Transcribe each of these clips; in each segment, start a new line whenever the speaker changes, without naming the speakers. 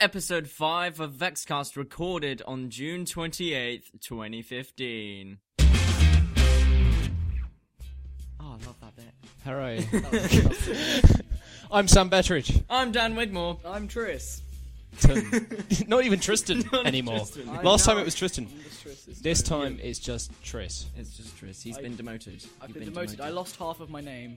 episode 5 of Vexcast recorded on June 28th, 2015. Oh, I love that bit.
Hooray. I'm Sam Betteridge.
I'm Dan Wigmore.
I'm Tris.
Not even Tristan anymore.
I
Last time
know.
it was Tristan.
I'm just Tris this
This time it's just Tris.
It's just Tris. He's
I-
been demoted.
I've
You've
been demoted. I lost half of my name.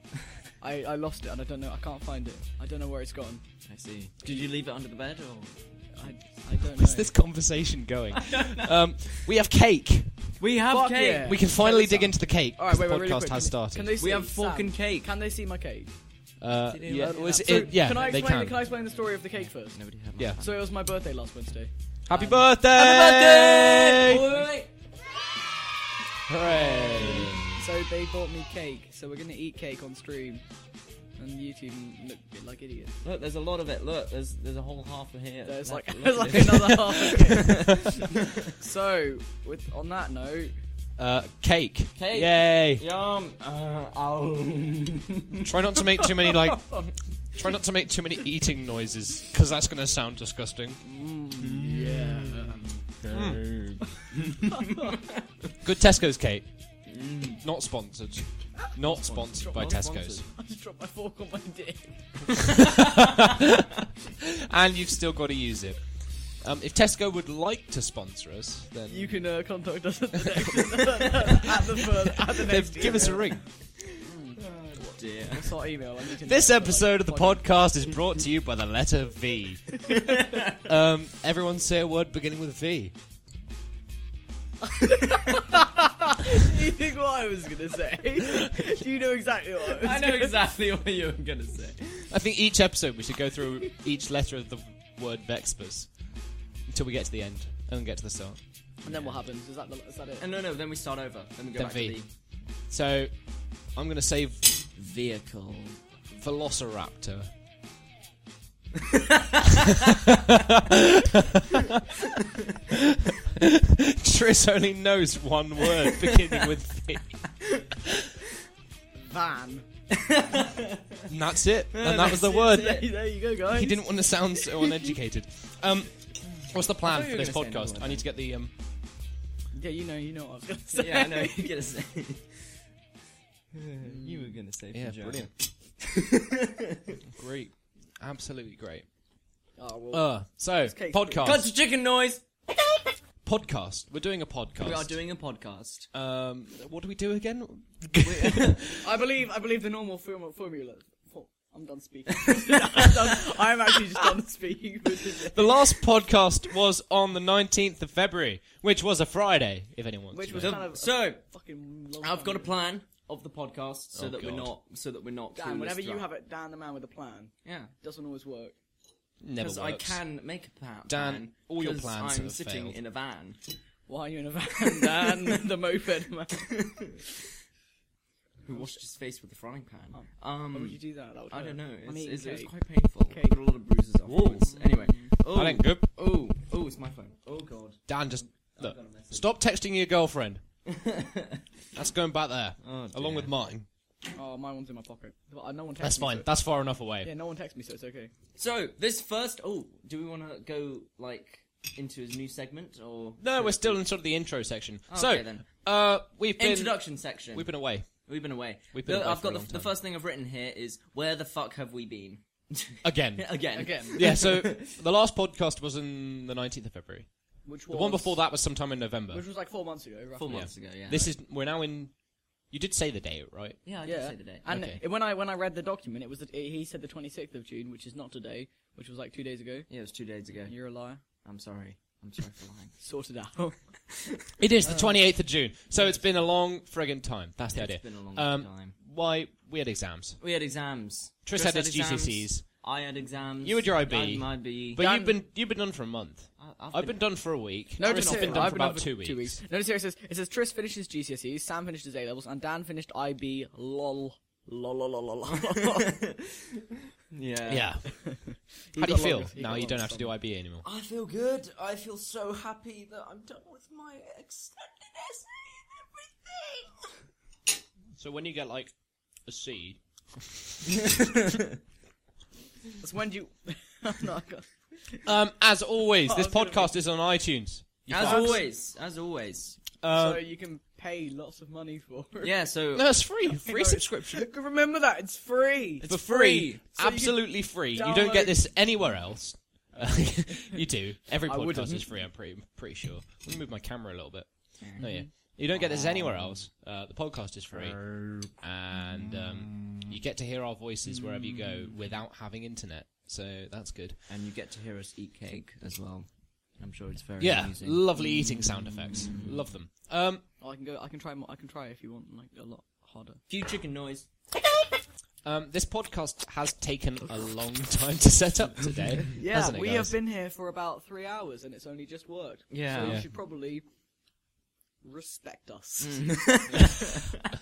I, I lost it and I don't know. I can't find it. I don't know where it's gone.
I see. Did you leave it under the bed or?
I, I don't know.
Where's this conversation going? Um, we have cake.
We have
Fuck
cake.
yeah.
We can finally
Tell us
dig
that.
into the cake.
All right, wait,
'cause
wait,
the
really
podcast
quick.
has
can-
started.
Can they see
We have fork
Sam,
and cake.
Can they see my cake?
uh,
Did anyone
yeah,
else
was
have-
it-
So,
yeah,
Can I
they
explain?
can.
I explain the story of the cake first?
Nobody had
Yeah.
So it was my birthday last Wednesday.
Happy
Um,
birthday!
Happy birthday!
Hooray!
So they bought me cake. So we're gonna eat cake on stream, on YouTube, and look a bit like idiots.
Look, there's a lot of it. Look, there's there's a whole half of here.
There's
Look,
like,
look
there's
at this.
like another half. of cake. so with on that note,
Uh, cake.
Cake.
Yay!
Yum. Uh, um. ow.
Try not to make too many like. Try not to make too many eating noises, because that's going to sound disgusting.
mm,
Mm. Good Tesco's cake. Not sponsored. Not sponsored by
Not
Tesco's.
sponsored.
I just dropped my fork on my dick.
and you've still got to use it. Um, if Tesco would like to sponsor us, then
You can uh, contact us at the next at the, fir- at the
then
next.
give us a ring.
Dear.
It's not email. I need to
This
know, but,
episode
like,
of the podcast is brought to you by the letter V. um, everyone say a word beginning with V.
Do you think what I was gonna say? Do you know exactly what I was?
I know
gonna-
exactly what you were gonna say.
I think each episode we should go through each letter of the word Vexpers until we get to the end and then get to the start.
And then what happens? Is that the, is that it?
And no, no. Then we start over. Then we go
Then
back
V.
to
So I'm going to say
the vehicle.
Velociraptor. Tris only knows one word beginning with V.
Van.
And that's it. And that was the word.
There, there you go, guys.
He didn't want to sound so uneducated. Um, what's the
I
plan
thought
for
you were
this
gonna say another
podcast?
one,
I need to get the. Um,
Yeah, you know, you know what I was gonna say.
yeah, I know you're gonna say. you were gonna say.
yeah,
vagina.
brilliant. great. Absolutely great.
Oh, well,
Uh, so,
cake
Cut
podcast.
the chicken noise.
Podcast. We're doing a podcast.
We are doing a podcast.
Um, what do we do again?
I believe I believe the normal form- formula. for- I'm done speaking. I'm, done, I'm actually just done speaking. for today.
the last podcast was on the 19th of February, which was a Friday, if anyone wants
Which
to
was
know.
So,
kind of-
so
Fucking. long
I've got a
time.
plan of the podcast so
Oh,
that
God.
we're not so that we're not.
Dan,
clueless
whenever you
throughout.
have it, Dan the man with a plan,
yeah,
doesn't always work.
Never
because I
works.
can make a plan.
Dan,
plan,
all your
'cause
plans
I'm
have
sitting
failed.
in a van.
Why are you in a van, Dan? the moped man.
Who washed his face with a frying pan?
Why
Um,
would you do that? that would
I
hurt.
don't know.
I'm
It's,
eating
it's, it was
cake.
quite painful.
Cake.
Got a lot of bruises afterwards. Anyway, oh,
That ain't good.
oh, oh, it's my phone. Oh god.
Dan, just look.
got a message.
Stop texting your girlfriend. That's going back there,
Oh, dear.
along with mine.
Oh, my one's in my pocket. But, uh, no one texts
That's
me,
fine.
so-
That's far enough away.
yeah, no one texts me, so it's okay.
So this first, oh, do we want to go like into his new segment or
No, we're still in sort of the intro section.
Oh, Okay,
so,
then.
uh, we've been
introduction section?
we've been away.
We've been away.
We've been
The-
away
I've
for a
got the,
long
the
time.
first thing I've written here is where the fuck have we been?
Again.
Again.
Again,
yeah, so the last podcast was on the 19th of February.
which
The one before that was sometime in November.
which was like four months ago. Roughly.
Four months ago. Yeah.
This is we're now in you did say the date, right?
Yeah, I did
Yeah,
say today.
and
Okay.
it- when I when I read the document, it was that he said the 26th of June, which is not today, which was like two days ago.
yeah, it was two days ago.
You're a liar.
I'm sorry. I'm sorry for lying.
Sorted out.
It is the 28th of June. So it's been a long friggin' time. That's the idea.
It's been a long
Um,
time.
Why we had exams.
We had exams.
Tris had his
exams.
GCSEs.
I had exams.
You had your IB.
I had my B.
But
Dan-
you've been you've been done for a month.
I,
I've been done for a week.
no,
Chris
just
has been
it.
done
I've
for
been
about
up
two weeks.
Two weeks. No, seriously, it says it says Tris finished his GCSEs, E, Sam finished his A levels, and Dan finished IB. Lol. Lol. Lol. Lol. lol.
Yeah.
Yeah. How
got
do you feel?
longer. He
Now
got
you don't
longer
have to do IB anymore.
I feel good. I feel so happy that I'm done with my extended essay
So when you get like a C,
That's when do you? no, I can't.
Um, as always,
Oh,
this
I'm gonna
podcast is on iTunes. You
As
fucks.
always, as always.
Uh,
so you can pay lots of money for it.
Yeah, so
no, it's free. Free
no.
subscription.
Remember that it's free.
free.
for free.
So you
Absolutely free. You don't
download-
get this anywhere else. you do. Every
I wouldn't.
podcast is free, I'm pretty, pretty sure. Let me move my camera a little bit. No,
Mm-hmm.
yeah. You don't get this anywhere else. Uh, the podcast is free.
Oh.
And um, you get to hear our voices wherever you go
Mm.
without having internet. So that's good.
and you get to hear us eat cake as well. I'm sure it's very
Yeah,
amusing.
lovely eating sound effects. Love them. Um,
Oh, I can go. I can try. More, I can try if you want, like a lot harder.
Few chicken noise.
um, this podcast has taken a long time to set up today.
Yeah,
hasn't it,
we
guys?
have been here for about three hours and it's only just worked.
Yeah.
so you
Yeah.
should probably respect us.
Mm.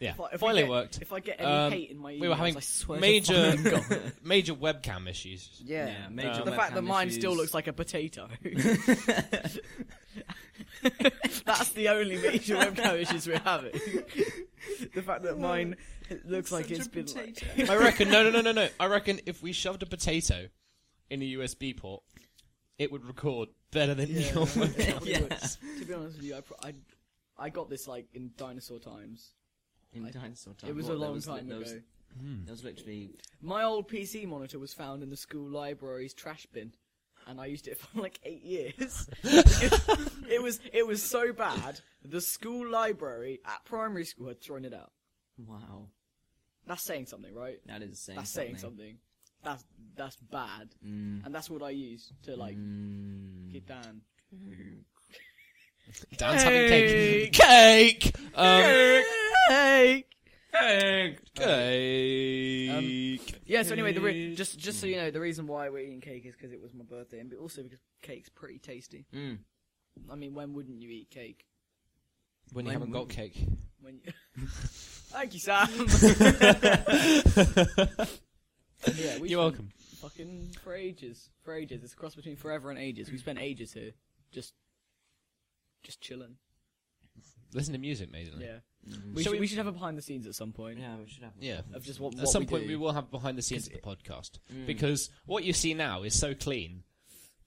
Yeah,
If I- if we
finally
get-
worked.
If I get any
Um,
hate in my emails,
we were having
I swear to
major
fucking God.
major webcam issues.
yeah.
Yeah, major
the fact
webcam
that mine
issues.
still looks like a potato. That's the only major webcam issues we're having. the fact that mine looks like it's been like,
I reckon no no no no no. I reckon if we shoved a potato in a USB port, it would record better than
Yeah.
Oh
your webcam.
Probably
Yeah.
would. To be honest with you, I, pro- I, I got this like in dinosaur times.
In dinosaur time.
It was a
What, there
long
li-
time
there
ago.
was- There was literally
My old PC monitor was found in the school library's trash bin, and I used it for like eight years. it was it was so bad. The school library at primary school had thrown it out.
wow.
That's saying something, right?
That is saying
That's
something. Mm.
saying something. That's that's bad, and that's what I used to like get down.
Dan's having cake. Cake. Um,
Hey.
Egg.
cake.
Yeah. So anyway, the re- just just so you know, the reason why we're eating cake is because it was my birthday, and also because cake's pretty tasty.
Mm.
I mean, when wouldn't you eat cake?
when you haven't got cake.
When you... Thank you, Sam. yeah,
You're
we spent
welcome.
Fucking for ages, for ages. It's a cross between forever and ages. We spent ages here, just, just chilling.
Listen to music mainly.
Yeah. We
Shall
should,
Mm-hmm. we-
we... should have a behind the scenes at some point
Yeah, we should have.
Yeah.
of just what.
At
what
some
we
point,
do. Mm.
we will have behind the scenes of the podcast because what you see now is so clean,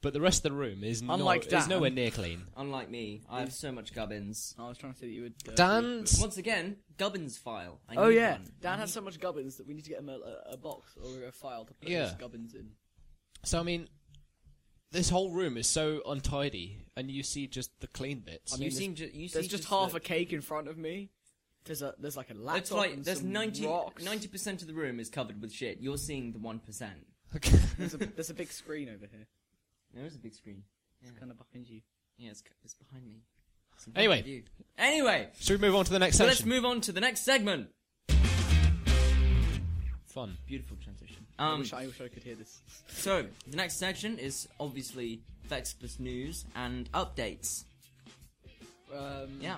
but the rest of the room is not-
Unlike
is
Dan.
nowhere near clean.
Unlike me, I have so much gubbins.
I was trying to say that you would. Uh,
Dan's
Once again, gubbins file. I
Oh
need
yeah,
one.
Dan has so much gubbins that we need to get him a, a, a box or a file to put
Yeah.
his gubbins in.
So I mean, this whole room is so untidy, and you see just the clean bits.
you
mean,
seem ju- you
There's
see
just half
the-
a cake in front of me. There's a there's like a laptop.
It's like
and
there's
some
90
rocks.
percent of the room is covered with shit. You're seeing the one percent.
Okay.
There's a, there's a big screen over here.
There is a big screen.
It's kind of behind you.
Yeah, it's, c- it's behind me. It's in front
Anyway.
of you. Anyway,
Should we move on to the next
so let's
section?
move on to the next segment.
Fun.
Beautiful transition.
I
Um,
wish I, wish I could hear this.
so the next section is obviously Vexpus news and updates.
Um,
Yeah,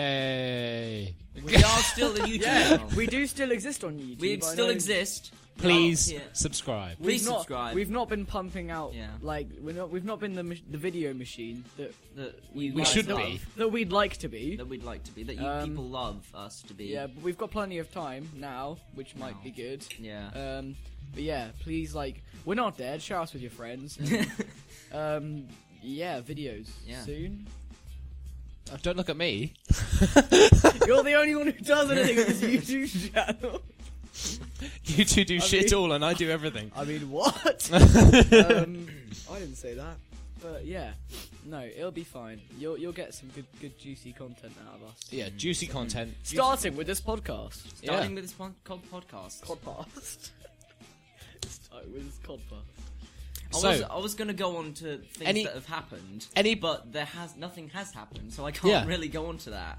Yay!
we are still the YouTube. channel.
we do still exist on YouTube.
We
I
still
know.
exist.
Please
Yeah.
subscribe.
We've
Please
not,
subscribe.
We've not been pumping out
Yeah.
like we're not. We've not been the mach- the video machine that
That we,
We
guys
should
love,
be.
that we'd like to be.
That we'd like to be. That you
Um,
people love us to be.
Yeah, but we've got plenty of time now, which might be good.
Yeah.
Uh,
Um, but yeah, please like we're not dead. Share us with your friends. um, yeah, videos
Yeah.
soon.
Oh, don't look at me.
You're the only one who does anything with this YouTube channel.
You two do shit
mean-
all, and I do everything.
I mean, what? um, I didn't say that. But yeah, no, it'll be fine. You'll you'll get some good good juicy content out of us.
yeah, juicy content.
Starting with this podcast.
Starting with this one called podcast.
Podcast. Starting with this podcast.
I
So-
was I was gonna go on to things
Any-
that have happened.
any-
but there has nothing has happened, so I can't
Yeah.
really go on to that.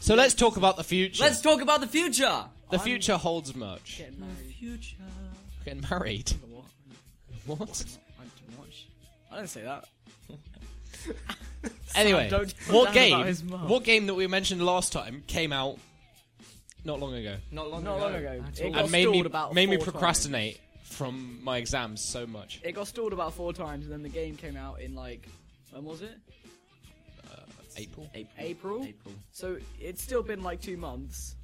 So let's talk about the future.
Let's talk about the future.
the future holds much.
Getting married.
Future.
Getting married.
I don't
What?
watch. I didn't say that.
Anyway,
don't tell
what
Dan about
game?
his mum.
What game that we mentioned last time came out not long ago?
Not long
Not
ago.
long ago.
at
It
all.
got-
and made me
stalled about
made me
four
procrastinate from my exams so much.
It got stalled about four times, and then the game came out in like when was it?
April.
April.
April.
So it's still been like two months,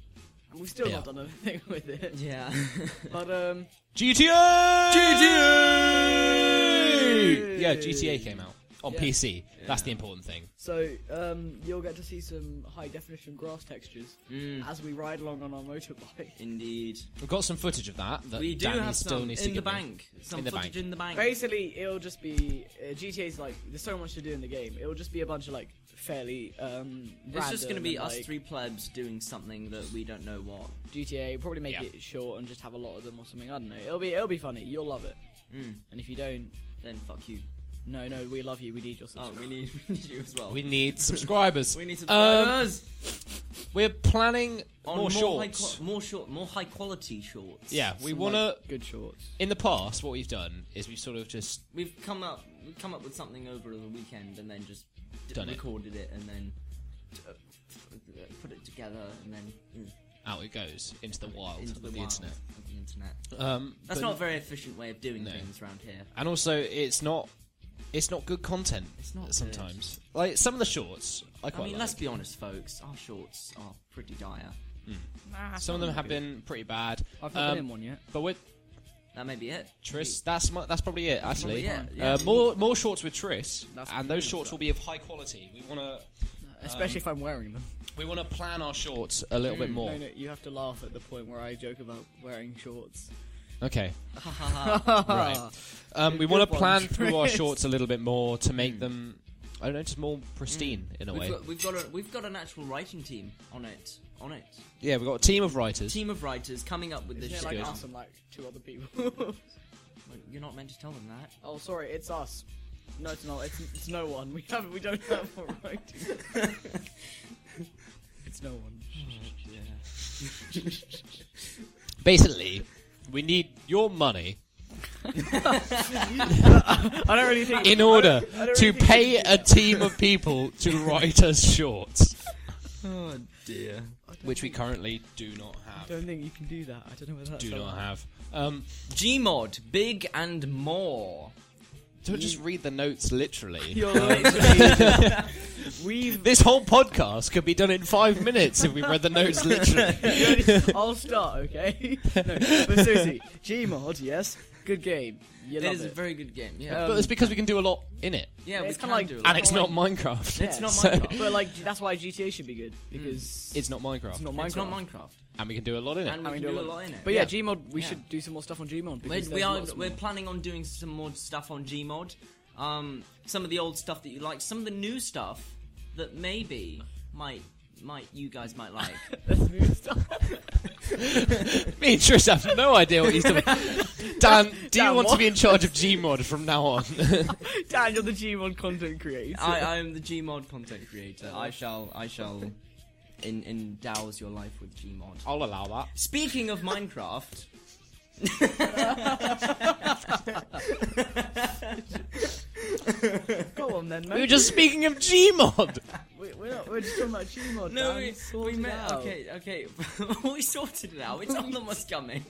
and we've still
Yeah.
not done anything with it.
Yeah.
But um,
GTA. GTA. Dude, yeah, GTA came out on
Yeah.
PC. That's the important thing.
So um, you'll get to see some high definition grass textures
Mm.
as we ride along on our motorbike.
Indeed.
We've got some footage of that. that
we do
Danny
have
still
some
needs
in the
to give me.
bank. Some
In the
footage
bank.
in the bank.
Basically, it'll just be uh, GTA's like there's so much to do in the game. It'll just be a bunch of like fairly. Um,
It's just gonna
random
be
and,
us
like,
three plebs doing something that we don't know what.
GTA. Probably make
Yeah.
it short and just have a lot of them or something. I don't know. It'll be it'll be funny. You'll love it.
Mm.
And if you don't,
Then fuck you.
no, no, we love you. We need your
Oh,
subscription.
we need, we need you as well.
We need subscribers.
We need
Um,
subscribers
we're planning
on
more,
High
shorts.
qua- more short, more high quality shorts.
yeah, we
Some,
want to.
like, good shorts.
In the past, what we've done is we've sort of just
we've come up, we've come up with something over the weekend, and then just d-
Done it.
recorded it, and then uh, put it together, and then mm,
out it goes into the wild
into the,
of the
wild
internet.
of the internet.
Um,
That's
but-
not a very efficient way of doing
No.
things around here.
and also it's not it's not good content.
It's not
sometimes like some of the shorts. I
I
quite
mean,
like.
let's be honest, folks. Our shorts are pretty dire.
Some of them have been pretty bad.
I've not
Um,
been in one yet.
But with
That may be it.
Tris, that's mu- that's probably it actually.
probably it, yeah.
Uh, more more shorts with Tris,
That's
and
pretty
those
good
shorts
stuff.
will be of high quality. We want to
Especially if I'm wearing them.
we want to plan our shorts a little bit more.
No, no, you have to laugh at the point where I joke about wearing shorts.
Okay,
Ha ha ha.
right. Um, we
Good
want to
one,
plan through our
Tris.
shorts a little bit more to make them, I don't know, just more pristine in a
We've
way.
got, we've got a, we've got an actual writing team on it. On it.
yeah, we've got a team of writers.
Team of writers coming up with this
Isn't it
shit.
like
good.
us and like two other people?
Well, You're not meant to tell them that.
oh, sorry, it's us. No, it's not. It's, it's no one. We have. We don't have a right. it's no one.
Basically, we need your money
I don't really think.
in order
I don't
to
really think
pay a team of people to write us shorts,
Oh dear.
which we currently do not
I
have.
don't think you can do that. I don't know whether that's
Do not
allowed.
have. Um,
Gmod, big and more.
don't just read the notes literally.
You're literally. We've.
This whole podcast could be done in five minutes if we read the notes
Um,
literally.
I'll start, okay? no, but seriously, Gmod, yes, good game. You
It
love
is a
it.
very good game. Yeah.
Um,
But it's because we can do a lot in it,
yeah,
it's
we
kinda
can
like-
do a lot.
and it's not Minecraft.
It's not
So-
Minecraft. Hmm.
But like, that's why GTA should be good because
It's not
it's
Minecraft,
not Minecraft.
It's not Minecraft.
and we can do a lot in it.
And we can do a lot in it.
But yeah,
Yeah.
Gmod, we
Yeah.
should do some more stuff on Gmod.
We're,
Because
we
there's
are
lots
we're
more.
planning on doing some more stuff on Gmod. Um, some of the old stuff that you like, some of the new stuff that maybe might might you guys might like.
Me and Trish have no idea what he's doing. Dan, do you
Dan,
want to
what?
be in charge of Gmod from now on?
Dan, you're the Gmod content creator.
I, I am the Gmod content creator. I shall I shall in endows your life with Gmod.
I'll allow that.
Speaking of Minecraft,
Go on then,
We were
mate.
just speaking of Gmod.
We- We're, not, we're just talking about Gmod.
no,
Dan.
we,
Sort
we
it
met.
out.
Okay, okay, we sorted it out. It's on the what's coming.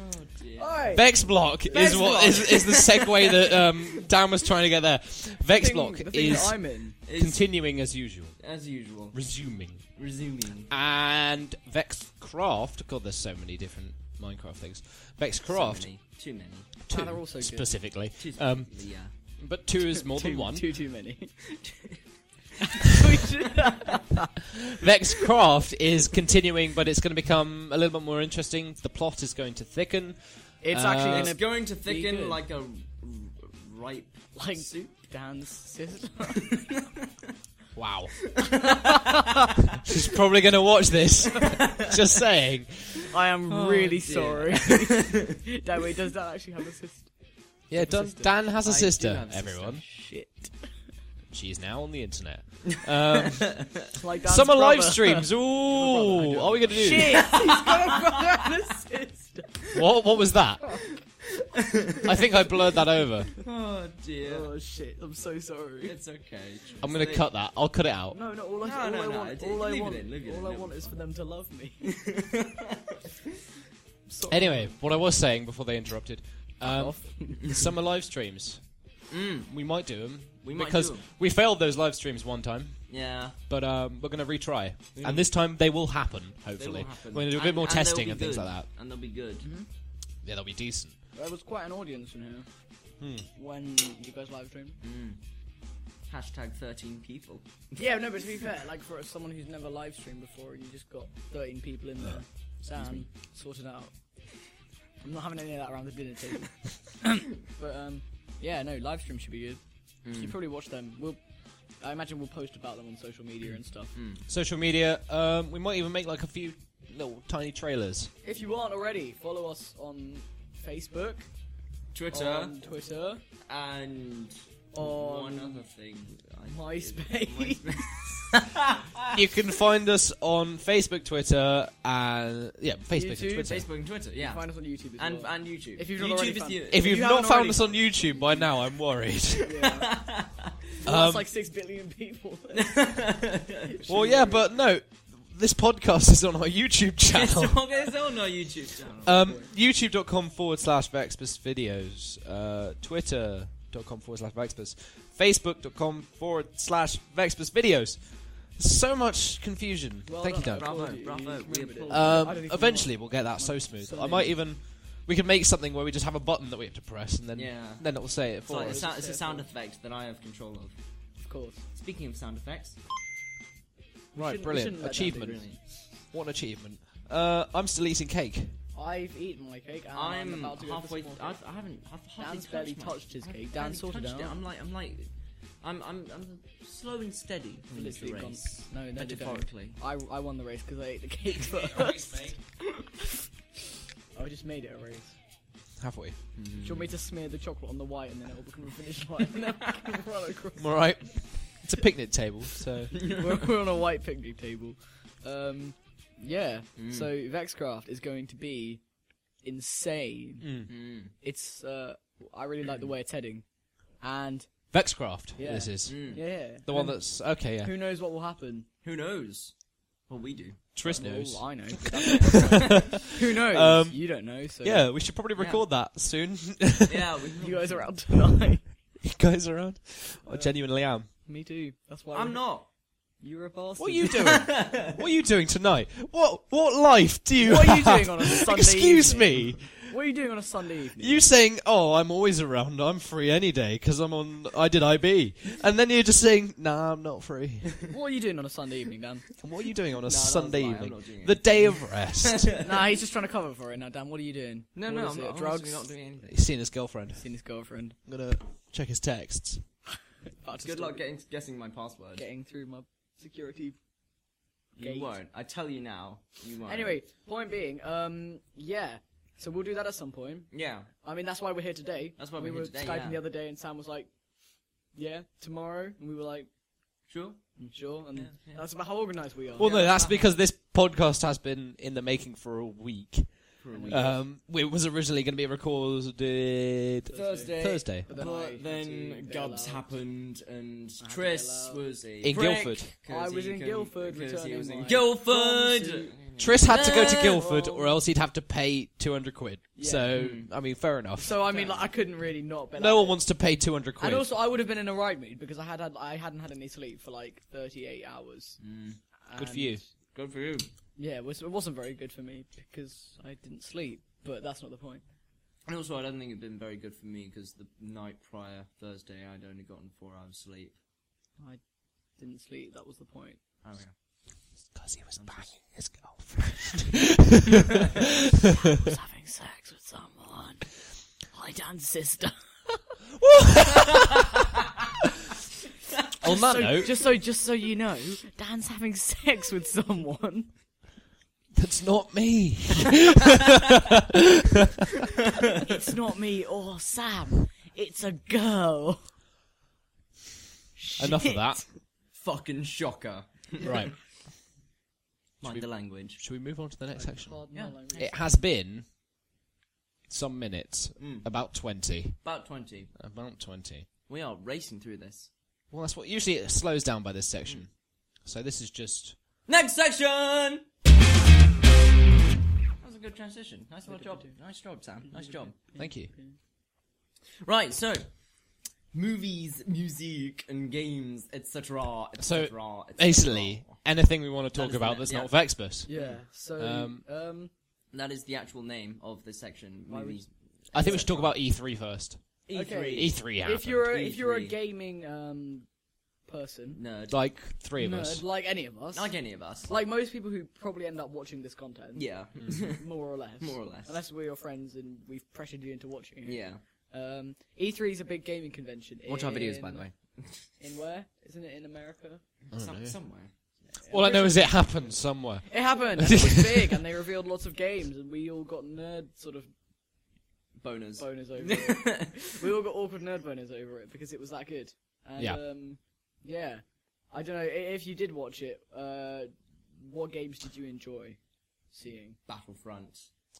Oh dear.
Alright.
Vex block is what
Vexblock.
is, is the segue that um, Dan was trying to get there. Vex
Thing-
block
the thing
is
that I'm in.
It's
continuing as usual,
as usual.
resuming,
Resuming.
and Vexcraft. God, there's so many different Minecraft things. Vexcraft
So many. Too many.
Ah,
two
they're also good.
specifically,
Too
um,
yeah.
but two is more
too,
than one.
Too, too many.
Vexcraft is continuing, but it's going to become a little bit more interesting. The plot is going to thicken.
It's
Uh,
actually
It's
in a
going to thicken
good.
like a r- ripe.
like Dan's sister.
Wow. She's probably going to watch this. Just saying.
I am really
dear.
sorry. Dan, Oh, wait, does that actually have a sister?
Yeah, Dan, Dan has a
I do
sister,
have a sister.
everyone.
Shit.
She is now on the internet. Um,
Like Dan's
summer live
brother.
streams. Ooh, are we going to do?
Shit, he's got a brother and a sister.
What, what was that? I think I blurred that over.
Oh dear.
Oh shit, I'm so sorry.
It's okay.
I'm going to cut that. I'll cut it out.
No, no, all I,
No,
all
no,
I
no,
want,
d-
all I
leave it
want,
in, leave it in,
all I
leave
want
it
is
in.
for them to love me. Sorry.
Anyway, what I was saying before they interrupted.
Uh,
Um, summer live streams. We might do them.
mm, We might
because
do 'em.
we failed those live streams one time.
Yeah.
but um, we're going to retry. And this time they will happen,
Mm. They will
hopefully.
happen.
We're going to do a
And-
bit more
and they'll
testing
be
and things
good.
like that. Mm-hmm.
And they'll be good.
Yeah, they'll be decent.
there was quite an audience in here.
Hmm.
when you guys live streamed.
Mm. Hashtag 13 people.
Yeah, no, but to be fair, like for someone who's never live streamed before, you just got 13 people in there. Sam sorted out. I'm not having any of that around the dinner table. but um, yeah, no, live stream should be good. So
Hmm.
you probably watch them. We'll, I imagine we'll post about them on social media and stuff.
Social media. Um, we might even make like a few little tiny trailers.
If you aren't already, follow us on Facebook,
Twitter
on Twitter,
Um, and
on
one other thing. I-
MySpace.
You can find us on Facebook, Twitter, and yeah, Facebook
YouTube,
and Twitter.
Facebook and Twitter, yeah.
Find us on YouTube as
and
well.
and YouTube.
If you've not already
YouTube is
found-
the,
If you've
you
not
haven't
found
already-
us on YouTube by now, I'm worried.
Yeah. Well,
Um,
that's like six billion people.
well, yeah, but no, this podcast is on our YouTube
it's
channel.
on, it's on our YouTube channel.
Um, YouTube.com forward slash Vexpus videos. Uh, Twitter.com forward slash Vexpus. Facebook.com forward slash Vexpus videos. So much confusion.
Well
Thank you,
done.
Doug.
Bravo,
told you,
bravo.
you
we
remembered it.
applaud.
I don't
Um,
even
eventually, we'll get that so smooth. I might even. We could make something where we just have a button that we have to press, and then
Yeah.
then it will say it
it's,
for
like a
us.
sou- it's a sound effect that I have control of.
Of course.
Speaking of sound effects,
right,
shouldn't- we shouldn't
brilliant
let that be
achievement.
brilliant.
What an achievement! Uh, I'm still eating cake.
I've eaten my cake. And Ah, I'm,
I'm
about to go
halfway.
For some more
I've,
cake.
I haven't. I've hardly
Dan's barely
touched,
touched his
mine.
cake.
I've
Dan
barely
sorted it
touched
out.
I'm like. I'm like. I'm. I'm. I'm slow and steady.
I've
in this
literally gone.
race,
No, no, you don't.
metaphorically.
I, I won the race because I ate the cake first. I just made it a race.
Have we?
Do
Mm.
you want me to smear the chocolate on the white and then it'll become the finish line? and then we can run across?
I'm all right. It's a picnic table, so
we're, we're on a white picnic table. Um, yeah.
Mm.
So Vexcraft is going to be insane.
Mm.
It's uh, I really like the way it's heading, and
Vexcraft.
Yeah.
This is
Mm.
yeah,
the one that's okay. Yeah,
Who knows what will happen?
Who knows? Well, we do.
Tris
Well,
knows.
I know. Who knows?
Um,
you don't know. So
Yeah, we should probably record that soon.
Yeah, we.
You guys are out tonight.
you guys around? I genuinely am.
Me too. That's why
I'm
we-
not.
You're Oh, a bastard.
What are you doing? what are you doing tonight? What what life do you?
What are you
have?
doing on a Sunday
Excuse
evening?
me.
What are you doing on a Sunday evening?
You saying, "Oh, I'm always around. I'm free any day because I'm on. I did IB," and then you're just saying, "Nah, I'm not free."
What are you doing on a Sunday evening, Dan?
And what are you doing on a
that's
Sunday
why I'm
evening?
not doing
The day of rest.
nah, he's just trying to cover for it now. Dan, what are you doing?
No,
What
no,
is
I'm
it?
not,
drugs.
honestly not doing anything.
He's seen his girlfriend.
Seen his girlfriend.
I'm gonna check his texts.
About to
Good
start
luck getting guessing my password.
getting through my security.
You
gate.
won't. I tell you now. You won't.
Anyway, point being, um, yeah. So we'll do that at some point.
Yeah.
I mean, that's why we're here today.
That's why
we
we're here
were
today,
Skyping
yeah.
the other day, and Sam was like, "Yeah, tomorrow," and we were like,
Sure.
"Mm, "Sure." And
Yeah, yeah.
that's about how organised we are.
Well, no,
Yeah,
that's
wow.
because this podcast has been in the making for a week.
For a week.
Um, it was originally going to be recorded
Thursday.
Thursday.
But then I
But
had
then
to get
Gubs
allowed.
happened, and
I had to
Tris
bail out.
was a
In
prick,
Guildford.
'cause
I was
he
in
couldn't-
Guildford
'cause he was
returning
in
my
Guildford.
pharmacy.
Tris had to go to Guildford,
Oh.
or else he'd have to pay 200 quid.
Yeah.
So,
Mm.
I mean, fair enough.
So I mean, like, I couldn't really not. Be
no
like
one wants to pay 200 quid.
And also, I would have been in a right mood because I had, had I hadn't had any sleep for like 38 hours.
Good for
And-
you.
Mm, Good for you.
Yeah, it, was, it wasn't very good for me because I didn't sleep. But that's not the point.
And also, I don't think it'd been very good for me because the night prior, Thursday, I'd only gotten four hours sleep.
Didn't sleep. That was the point.
Oh, yeah.
Because he was banging his girlfriend.
was having sex with someone. My Dan's sister.
On that
so,
note,
just so, just so you know, Dan's having sex with someone.
that's not me.
It's not me or Sam. It's a girl.
Enough of that.
Fucking shocker.
Right.
Mind the language.
Should we move on to the next section?
Yeah.
It has been some minutes,
Mm.
about 20.
About 20.
About 20.
We are racing through this.
Well, that's what usually it slows down by this section. So, this is just.
Next section! That was a good transition. Nice little job. Nice job, Sam. Nice job.
Thank you.
Right, so movies, music, and games, etc.
So,
etc. etc.
Basically, anything we want to talk
is the
about
net,
that's
yeah.
not Vexbus.
Yeah. So,
Um,
um,
that is the actual name of this section.
Why would
Movies. E
I think we should talk about E3 E first.
Okay.
E3.
E3 happened.
If you're a, if you're a
E3.
gaming um person,
Nerd.
like three of
nerd,
us.
like any of us,
Like any of us.
like most people who probably end up watching this content,
Yeah.
more or less,
More or less.
unless we're your friends and we've pressured you into watching it.
yeah.
Um, E3 is a big gaming convention.
Watch our videos,
in-
by the way.
In where? Isn't it in America?
I don't
Some,
know.
somewhere.
All I know is it happened somewhere.
It happened. and it was big, and they revealed lots of games, and we all got nerd sort of
Boners.
boners over it. we all got awkward nerd boners over it because it was that good. And,
Yeah.
Um, yeah. I don't know i- if you did watch it. Uh, what games did you enjoy seeing?
Battlefront.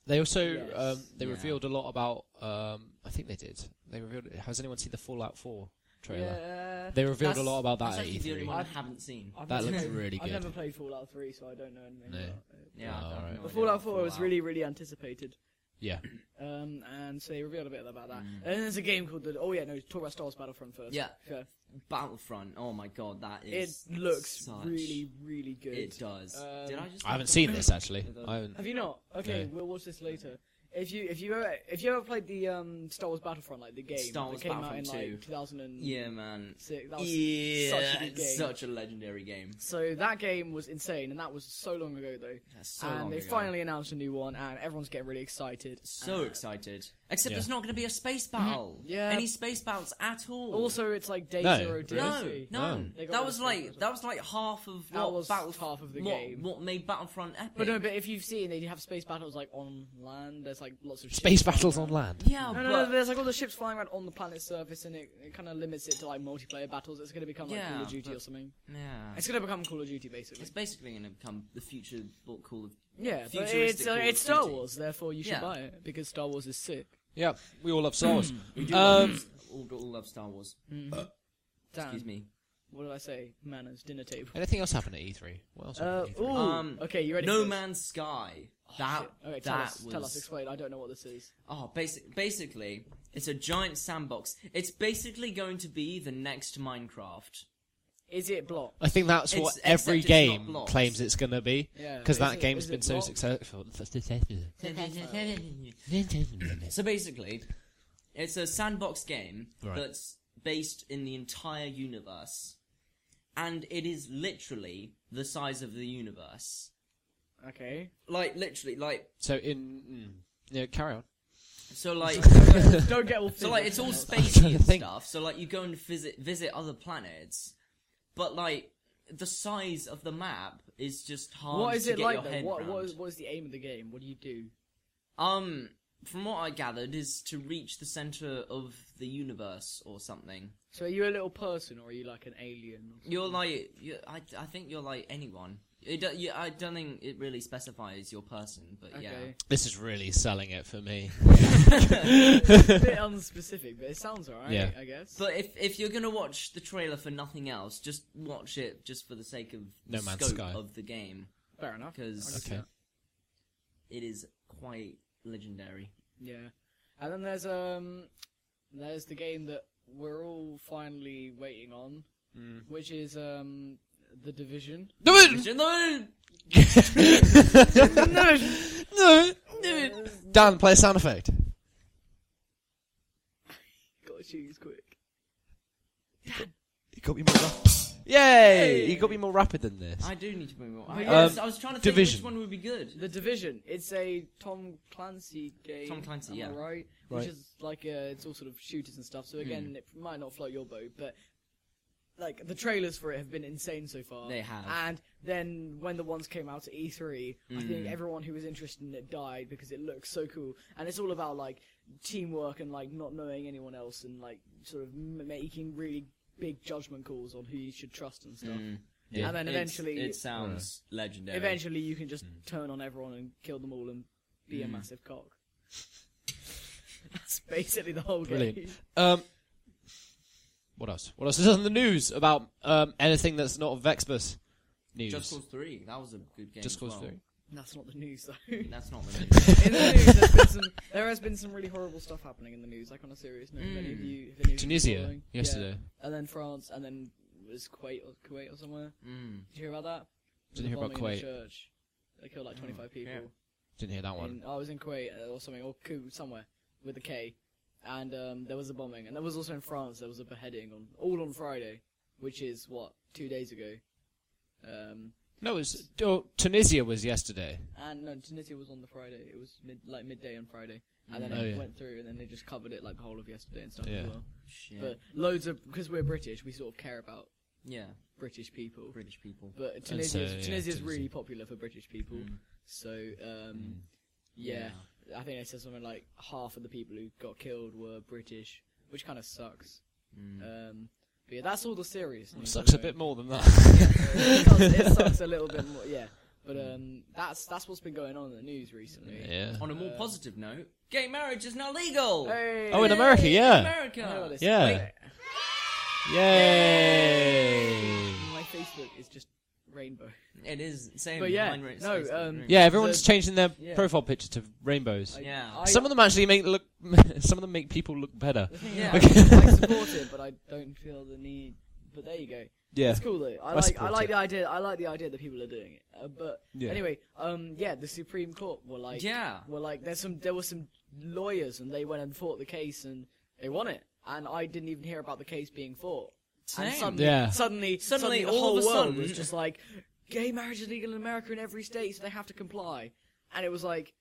They also
Yes.
um, they
Yeah.
revealed a lot about. Um, I think they did. They revealed. Has anyone seen the Fallout 4 trailer?
Yeah.
They revealed a Oh,
That's-
lot about
That's
that at
actually the only
E3.
one I haven't seen.
Uh, I've
That
never
looks
played-
really
I've
good.
never played Fallout 3, so I don't know anything
No.
about it.
Yeah,
Oh,
I
alright.
don't know.
But Fallout 4 was really, really anticipated.
Yeah,
Um, and so they revealed a bit about that.
Mm.
And then there's a game called the. Oh yeah, no, talk about Star Wars Battlefront first.
Yeah.
yeah.
Battlefront. Oh my god, that
It
is.
looks
such-
really, really good.
It does.
Um,
Did I just?
I haven't seen this actually.
I don't-
I haven't.
Have you not? Okay,
No.
we'll watch this later. If you if you ever if you ever played the um, Star Wars Battlefront like the game
Star Wars
that came out in
Battlefront 2.
like 2006,
Yeah, man.
that was
Yeah,
such a good game.
it's such a legendary game.
so that game was insane, and that was so long ago though.
That's so
and
long
they
ago.
finally announced a new one, and everyone's getting really excited.
So
And
excited. Except
Yeah.
there's not going to be a space battle.
Mm-hmm. Yeah.
Any space battles at all.
Also, it's like day
No,
zero E. DLC.
really?
no, no.
They got rid
That
of
was
space
like
battles.
that was like half of
That
what
was
battle
half of the
what,
game.
What made Battlefront epic?
But no, but if you've seen, they have space battles like on land. There's like lots of ships
Space
flying
battles
around.
on land.
yeah,
No, no,
but
no, there's like all the ships flying around on the planet's surface, and it, it kind of limits it to like multiplayer battles. It's going to become like
Yeah,
Call of Duty
but-
or something.
yeah.
It's going to become Call of Duty basically.
It's basically going to become the future what Call of
yeah, but
futuristic
it's
Call
uh,
of
it's Star
Duty.
Wars, therefore you should
Yeah.
buy it because Star Wars is sick.
Yeah, we all love Star Wars.
We do
Um,
love, all, all love Star Wars.
Damn.
Excuse me.
What did I say? Manners, dinner table.
Anything else happened at E3? What else?
Uh,
happened at E
ooh.
E3?
Um,
okay, you ready? for
No
this?
Man's Sky. That
Oh, Shit. Okay, tell
that
us,
was
tell us, explain. I don't know what this is.
oh, basic, basically it's a giant sandbox. It's basically going to be the next Minecraft.
Is it block?
I think that's what
it's-
every
except it's not
game
blocks.
claims it's going to be
Yeah.
because
Is
that
it-
game's
is
been
it
so
block?
successful.
so basically, it's a sandbox game
Right.
that's based in the entire universe, and it is literally the size of the universe.
Okay.
Like literally, like
So in mm, yeah, carry on.
so, like
don't get all.
So like it's all
trying
spacey
to
and
think.
stuff. So like you go and visit visit other planets, but like the size of the map is just hard
What is
to
it
get
like
your
though?
head
What, what
round.
is what is the aim of the game? What do you do?
Um, from what I gathered, is to reach the center of the universe or something.
So are you a little person or are you like an alien? Or
You're like you I I think you're like anyone. It do, you, I don't think it really specifies your person, but
something?
yeah.
Okay.
This is really selling it for me.
a bit unspecific, but it sounds alright.
Yeah.
I guess.
But if if you're gonna watch the trailer for nothing else, just watch it just for the sake of the
No Man's
scope
Sky.
of the game
Fair enough.
because
Okay.
it is quite legendary.
Yeah, and then there's um, there's the game that we're all finally waiting on, which is um, the Division.
No,
no, no, no. Dan, play a sound effect.
Gotta choose quick.
You got me more rapid. Yay! You got me more rapid than this.
I do need to move on. I,
Um,
I was, I was trying to think
Division.
which one would be good.
The Division. It's a Tom Clancy game.
Tom Clancy,
am I
yeah. Hmm.
right?
Right.
Which is like a, it's all sort of shooters and stuff. So again, it might not float your boat, but like the trailers for it have been insane so far.
They have.
And then when the ones came out at E3, I
Hmm.
think everyone who was interested in it died because it looks so cool. And it's all about like teamwork and like not knowing anyone else and like sort of m- making really big judgment calls on who you should trust and stuff.
Yeah.
Hmm.
And then
Mm, It's-
eventually,
it sounds legendary.
Eventually, you can just
Mm.
turn on everyone and kill them all and be a massive cock. That's basically the whole
Brilliant.
game.
Um, what else? What else is on the news about um, anything that's not Vexbus news?
Just Cause Three. That was a good game.
Just
as
Cause
well.
Three.
That's not the news, though. In
That's not the news.
the news, there's been some, there has been some really horrible stuff happening in the news, like on a serious note. Have any of you- have any of you been
Mm. Tunisia
following? Yeah.
yesterday.
And then France, and then was Kuwait or, Kuwait or somewhere.
mm.
Did you hear about that?
Didn't hear
The
about
bombing
Kuwait.
in the church. They killed like 25 people.
yeah.
Didn't hear that one.
In, I was in Kuwait uh, or something, or Ku somewhere with a K, and um, there was a bombing, and there was also in France there was a beheading on all on Friday, which is what two days ago. Um,
No, it was oh, Tunisia was yesterday.
and no, Tunisia was on the Friday. It was mid, like midday on Friday, and then
Oh,
it
yeah.
went through, and then they just covered it like the whole of yesterday and stuff
Yeah.
as well.
Shit.
But loads of because we're British, we sort of care about
yeah,
British people.
British people.
But
And so,
Tunisia,
yeah,
Tunisia's
Tunisia. Mm.
really popular for British people.
Mm.
So um, yeah, I think they said something like half of the people who got killed were British, which kind of sucks.
Mm.
Um, but yeah, that's all the serious news.
Hmm. Sucks a
anyway.
bit more than that.
it, sucks, it sucks a little bit more, yeah. But um, that's that's what's been going on in the news recently.
yeah.
On a
uh,
more positive note, gay marriage is now legal.
Hey!
Oh, in America,
Yay,
yeah.
America.
I know this.
Yeah.
Wait,
Yay!
my Facebook is just rainbow.
It is same.
But yeah,
mine rates
no,
basically
um,
green.
Yeah, everyone's
The-
changing their
yeah.
profile picture to rainbows.
I-
Yeah.
I,
some of them actually make look. some of them make people look better.
yeah,
Okay.
I support it, but I don't feel the need. But there you go.
Yeah.
It's cool though. I,
I
like I
support
like
it.
the idea. I like the idea that people are doing it. Uh, but
Yeah.
anyway, um, yeah, the Supreme Court were like,
Yeah.
were like, there's some there were some lawyers and they went and fought the case and they won it. And I didn't even hear about the case being fought. And
Same.
suddenly,
Yeah.
suddenly,
Suddenly,
suddenly, the
all
whole
of a
world
sudden-
was just like, gay marriage is legal in America in every state, so they have to comply. And it was like,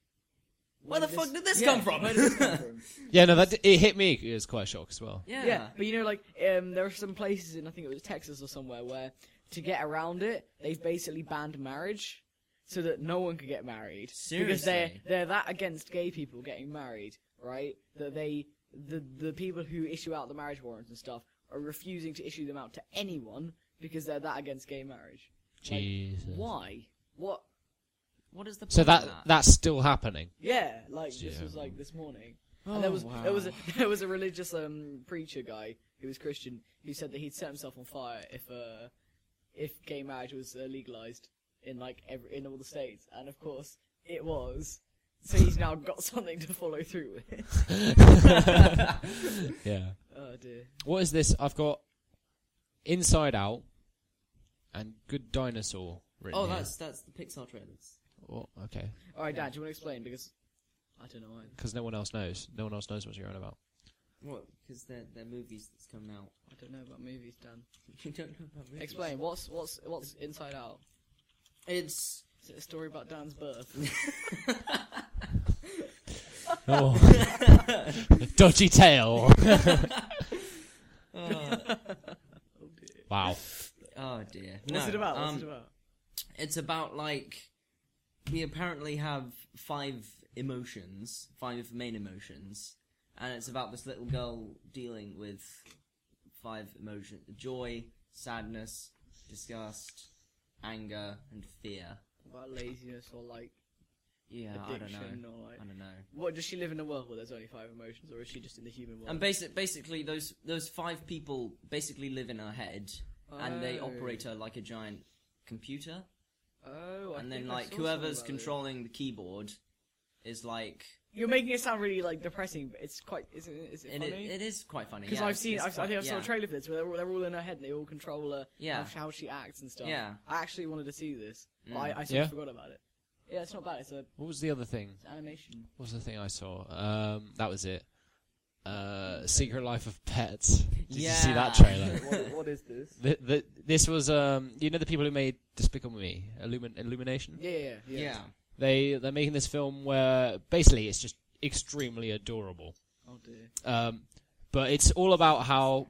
Where the
did
fuck did this
yeah,
come from?
Where did this come from?
Yeah, no, that it hit me. It was quite a shock as well.
yeah.
Yeah, but you know, like um, there are some places in I think it was Texas or somewhere where to get around it, they've basically banned marriage so that no one could get married because they're
Seriously?
they're that against gay people getting married, right? That they the the people who issue out the marriage warrants and stuff are refusing to issue them out to anyone because they're that against gay marriage. Like,
Jesus.
why? What?
What is the point
So that
of that?
that's still happening.
Yeah, like this
Yeah.
was like this morning. and there was
Oh, wow.
there was a, there was a religious um preacher guy who was Christian who said that he'd set himself on fire if uh if gay marriage was uh, legalized in like every in all the states, and of course it was. So he's now got something to follow through with.
Yeah.
oh dear.
What is this? I've got Inside Out and Good Dinosaur. Written
Oh,
here.
that's that's the Pixar trailers.
Oh, okay.
All right, Dad, do you want to explain because I don't know. I,
Because no one else knows. No one else knows what you're on about.
What? Because they're they're movies that's coming out.
I don't know about movies, Dan.
You don't know about movies.
Explain what's what's what's Inside Out.
It's
Is it a story about Dan's birth?
Oh. Dodgy tail. wow.
oh dear.
What's
No,
it about? What's
um,
it about?
It's about like we apparently have five emotions, five main emotions, and it's about this little girl dealing with five emotions: joy, sadness, disgust, anger, and fear.
About laziness or like
Yeah, I don't
addiction
know.
or like
I don't know.
What does she live in a world where there's only five emotions, or is she just in the human world?
And basic, basically, those those five people basically live in her head, and they
Oh.
operate her like a giant computer.
oh, I
and
think
then,
I
like,
saw
whoever's
something about
controlling the keyboard is like,
it. You're making it sound really like depressing, but it's quite. Is it, is it
it, it,
funny?
it is quite funny.
Because
yeah,
I've
it's-
seen,
it's
I've, I think
quite-
I've saw a
yeah.
trailer for this where they're all, they're all in her head and they all control her.
Yeah.
and How she acts and stuff.
Yeah. Mm.
I actually wanted to see this, but I, I sort
Yeah.
of forgot about it. Yeah, it's not bad. It's a
What was the other thing?
it's animation.
What was the thing I saw? Um, that was it. Uh, Secret Life of Pets. Did you see that
Yeah.
trailer?
what, what is this?
Th th this was um, you know the people who made Despicable Me, Illumin- Illumination.
Yeah, yeah, yeah.
Yeah.
They they're making this film where basically it's just extremely adorable,
Oh dear.
um, but it's all about how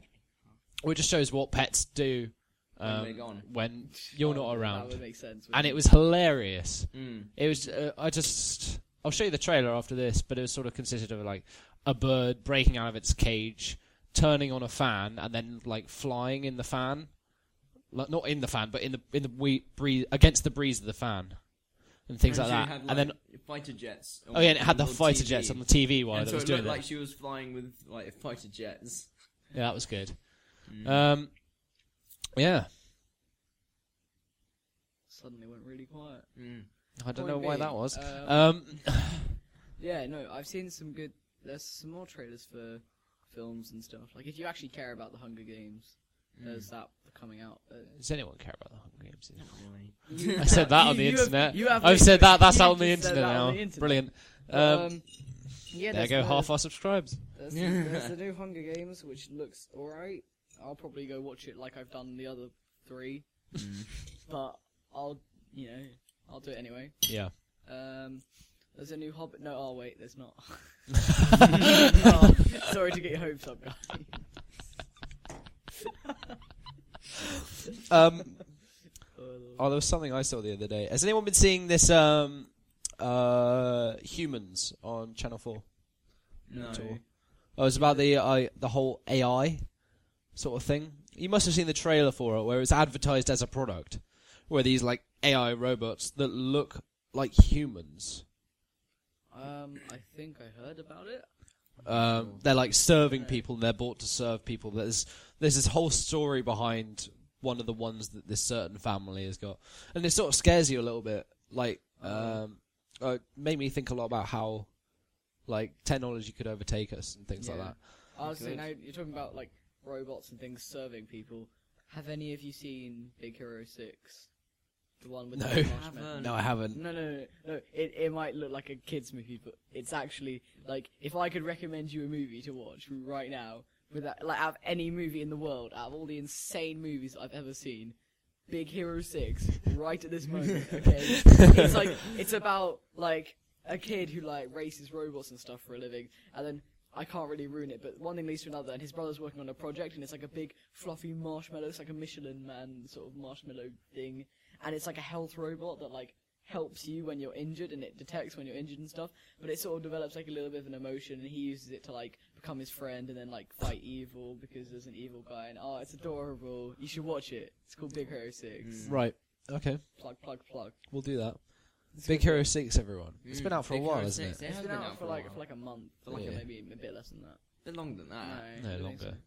well, it just shows what pets do
When
um,
we're gone.
when you're
Oh,
not
That would
around,
make sense.
and it
wouldn't
was hilarious.
Mm.
It was uh, I just I'll show you the trailer after this, but it was sort of consisted of like a bird breaking out of its cage, turning on a fan, and then like flying in the fan, like not in the fan, but in the in the we- breeze against the breeze of the fan, and things
And
like
she
that.
had,
and then
like, fighter jets.
oh yeah, and it had the
on
fighter
TV.
jets on the TV while
And
that
so
was
it
doing
looked
that.
like she was flying with like fighter jets.
Yeah, that was good.
Hmm.
Um, yeah,
it? suddenly went really quiet.
I don't
Point
know why
being,
that was.
um,
Um,
Yeah, no, I've seen some good. There's some more trailers for films and stuff. Like if you actually care about the Hunger Games,
Hmm.
as that coming out. Uh,
Does anyone care about the Hunger Games?
Really.
I said that on the
You- you have-
internet.
you have
I've said that. That's
you
out on the
just said
internet
that
now.
on the internet.
Brilliant. Um,
um, yeah,
there
there's-
go
there's-
half our subscribers.
There's, the- there's the new Hunger Games, which looks alright. I'll probably go watch it like I've done the other three,
Hmm.
but I'll, you know, I'll do it anyway.
Yeah.
Um, there's a new Hobbit. No, oh wait, there's not. Oh, sorry to get your hopes up, guys.
Um,
Oh, Lord.
oh, there was something I saw the other day. Has anyone been seeing this um, uh, Humans on Channel Four?
No. Mm.
at all. Oh, it's about the uh, the whole AI sort of thing. You must have seen the trailer for it, where it's advertised as a product, where these like AI robots that look like humans.
Um, I think I heard about it.
Um, they're like serving people, and they're bought to serve people. There's there's this whole story behind one of the ones that this certain family has got, and it sort of scares you a little bit. Like, um, uh, made me think a lot about how like technology could overtake us and things like
Yeah.
that.
I was saying, now you're talking about like robots and things serving people. Have any of you seen Big Hero Six? The one with
No.
the marshmallow.
Haven't.
No, I haven't.
No, no, no, no. It it might look like a kids movie, but it's actually like if I could recommend you a movie to watch right now, without like out of any movie in the world, out of all the insane movies I've ever seen, Big Hero Six, right at this moment. Okay, it's like it's about like a kid who like races robots and stuff for a living, and then. I can't really ruin it, but one thing leads to another, and his brother's working on a project, and it's like a big fluffy marshmallow. It's like a Michelin man sort of marshmallow thing, and it's like a health robot that like helps you when you're injured and it detects when you're injured and stuff but it sort of develops like a little bit of an emotion and he uses it to like become his friend and then like fight evil because there's an evil guy and oh it's adorable you should watch it it's called big hero 6
Right. Okay.
plug plug plug
We'll do that. Big Hero Six, everyone. It's been out for
Mm, Big
a while,
Hero
isn't
6,
it?
it's
has
been, out for
a
like
while.
for like a month
For
like
like
a-
maybe a bit less than that
bit longer than that.
No, I
No,
don't think
longer.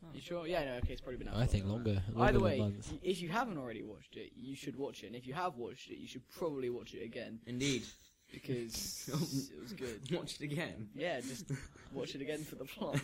so. you sure yeah no okay it's probably been out
I
for
think
longer
longer.
than that.
longer
either
than
way
month.
y- if you haven't already watched it you should watch it and if you have watched it you should probably watch it again
Indeed.
because it was good
Watched again.
yeah just watch it again for the plot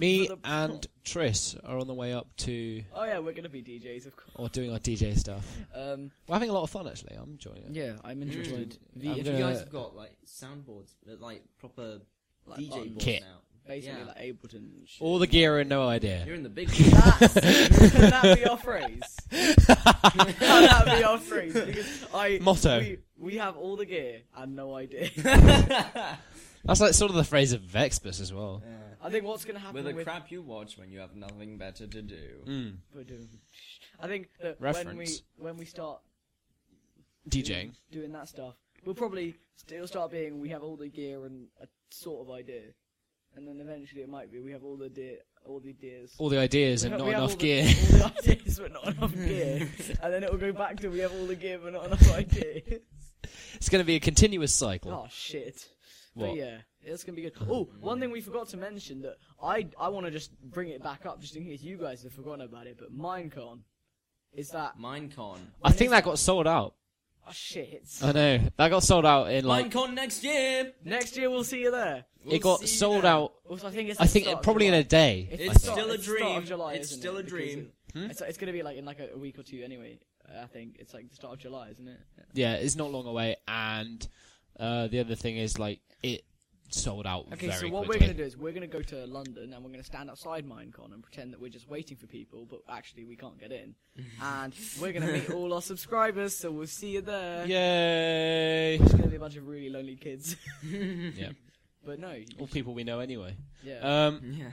me
for the plot.
and Tris are on the way up to
Oh yeah, we're gonna be DJs, of course.
or doing our DJ stuff.
Um,
We're having a lot of fun actually. I'm enjoying it.
yeah, I'm interested. The,
I'm
if
If
you
you
gonna-
guys have got like soundboards, uh, like proper
Like
DJ
on
boards
kit.
now.
basically
Yeah.
like Ableton. and shit.
All the gear and no idea.
You're in the big.
That's, can that be our phrase? can that be our phrase? Because I
Motto.
We, we have all the gear and no idea.
That's like sort of the phrase of Vexpus as well.
I think what's gonna happen
With the
with
crap you watch when you have nothing better to do.
Mm.
I think that when we
Reference.
when we start
DJing.
doing that stuff, we'll probably still start being we have all the gear and a sort of idea, and then eventually it might be we have all the deer, all the deers.
All the ideas
We
and
have-
not
we have
enough
all
gear.
The, all the ideas, but not enough gear. And then it will go back to we have all the gear, but not enough ideas.
it's going to be a continuous cycle.
oh shit!
What?
But yeah, it's gonna be good. Oh, one thing we forgot to mention that I I want to just bring it back up just in case you guys have forgotten about it. But Minecon is that
Minecon.
I think that got sold out.
oh shit.
I know that got sold out in like
Minecon next year.
Next year we'll see you there.
We'll
it got
see you
sold
then.
out.
Also, I think it's
I
the
think
start
it,
of
probably in
July.
a day.
It's
I
It's
think.
still a
It's start of
dream.
July,
It's
isn't
still
it?
a
Because
dream.
it-
Hmm?
It's, it's going to be like in like a, a week or two anyway. I think it's like the start of July, isn't it?
yeah, it's not long away. And uh, the other thing is like it sold out.
Okay,
very
so what
quickly.
we're going to do is we're going to go to London and we're going to stand outside Minecon and pretend that we're just waiting for people, but actually we can't get in. and we're going to meet all our subscribers, so we'll see you there.
Yay!
uh, It's going to be a bunch of really lonely kids.
yeah,
but no, you-
all people we know anyway.
yeah.
Um,
Yeah.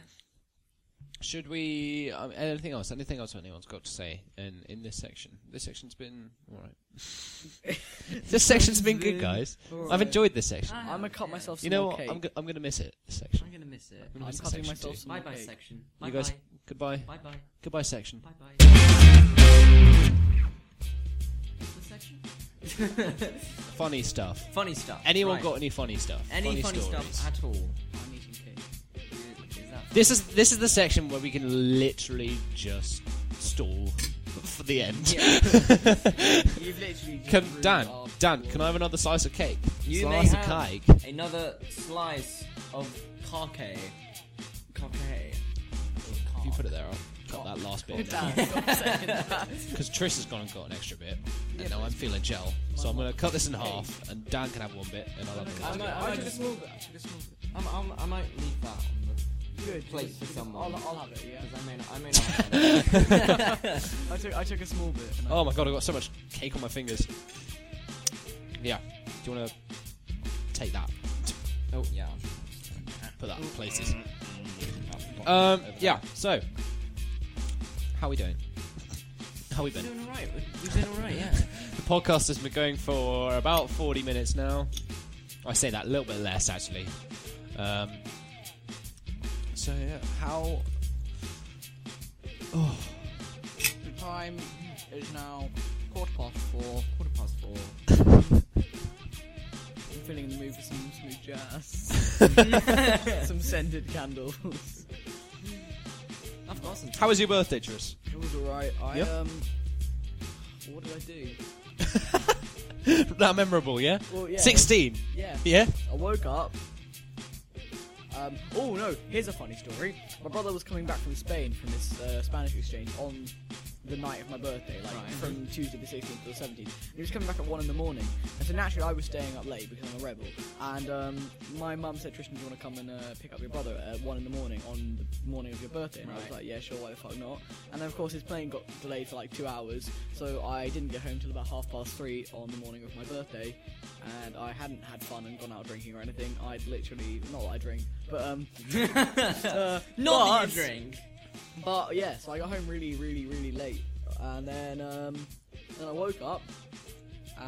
should we? Um, anything else? Anything else anyone's got to say in in this section? This section's been all right. this section's been good, guys.
All
I've
right.
enjoyed this section.
Ah,
I'm going to cut
yeah.
myself some
You know
more
what?
cake.
I'm go- I'm gonna miss it. This section.
I'm gonna miss it.
I'm gonna
I'm
miss the
cutting
section
myself
too.
some
Bye
more
bye
cake.
section. Bye
You guys,
bye.
goodbye.
Bye bye.
Goodbye section.
Bye bye. What section?
Funny stuff.
Funny stuff.
Anyone
right.
got any funny stuff?
any funny
stories?
stuff at all?
I'm eating cake.
Is that
This is this is the section where we can literally just stall for the end.
You've literally just
Can
ruined
Dan,
our
Dan,
floor.
can I have another slice of cake?
You may
slice
have
of cake.
another slice of carque. Carque.
If you put it there, I'll cut that that last bit
Damn, stop saying that.
because Trish has gone and got an extra bit, and now I'm feeling gel, so I'm gonna cut this in half, and Dan can have one bit, and I'll have the
I
last
might,
bit.
I
I
might
took a
just,
small bit. I took a small bit.
I'm, I'm, I might leave that on
Good.
Plate
just-
for
just-
someone.
I'll, I'll have it. Yeah.
because I may not, I may not. have it.
I took I took a small bit. And I,
Oh my god, I've got so much cake on my fingers. Yeah, do you wanna take that?
oh yeah.
Put that in places. Um, yeah. So, how we doing? How we
We're
been?
doing alright. We've been alright. Yeah.
The podcast has been going for about 40 minutes now. I say that a little bit less, actually. Um, so, yeah, how.
The time is now quarter past four.
Quarter past four.
I'm feeling the mood for some smooth jazz, some scented candles.
I've got some.
How was your birthday, Tris?
It was alright. I
Yep.
um, what did I do?
that memorable, yeah?
Well, yeah.
16,
Yeah.
yeah?
I woke up. Um, oh no! Here's a funny story. My brother was coming back from Spain from his uh, Spanish exchange on the night of my birthday, like from Tuesday the 16th to the 17th. And he was coming back at one in the morning, and so naturally I was staying up late because I'm a rebel. And um, my mum said, "Tristan, do you want to come and uh, pick up your brother at one in the morning on the morning of your birthday?" And I was
Right.
like, "Yeah, sure, why the fuck not?" And then of course his plane got delayed for like two hours, so I didn't get home till about half past three on the morning of my birthday and I hadn't had fun and gone out drinking or anything. I'd literally not that I drink, but um, uh,
Not
but-
that you drink.
But yeah, so I got home really, really, really late, and then um, then I woke up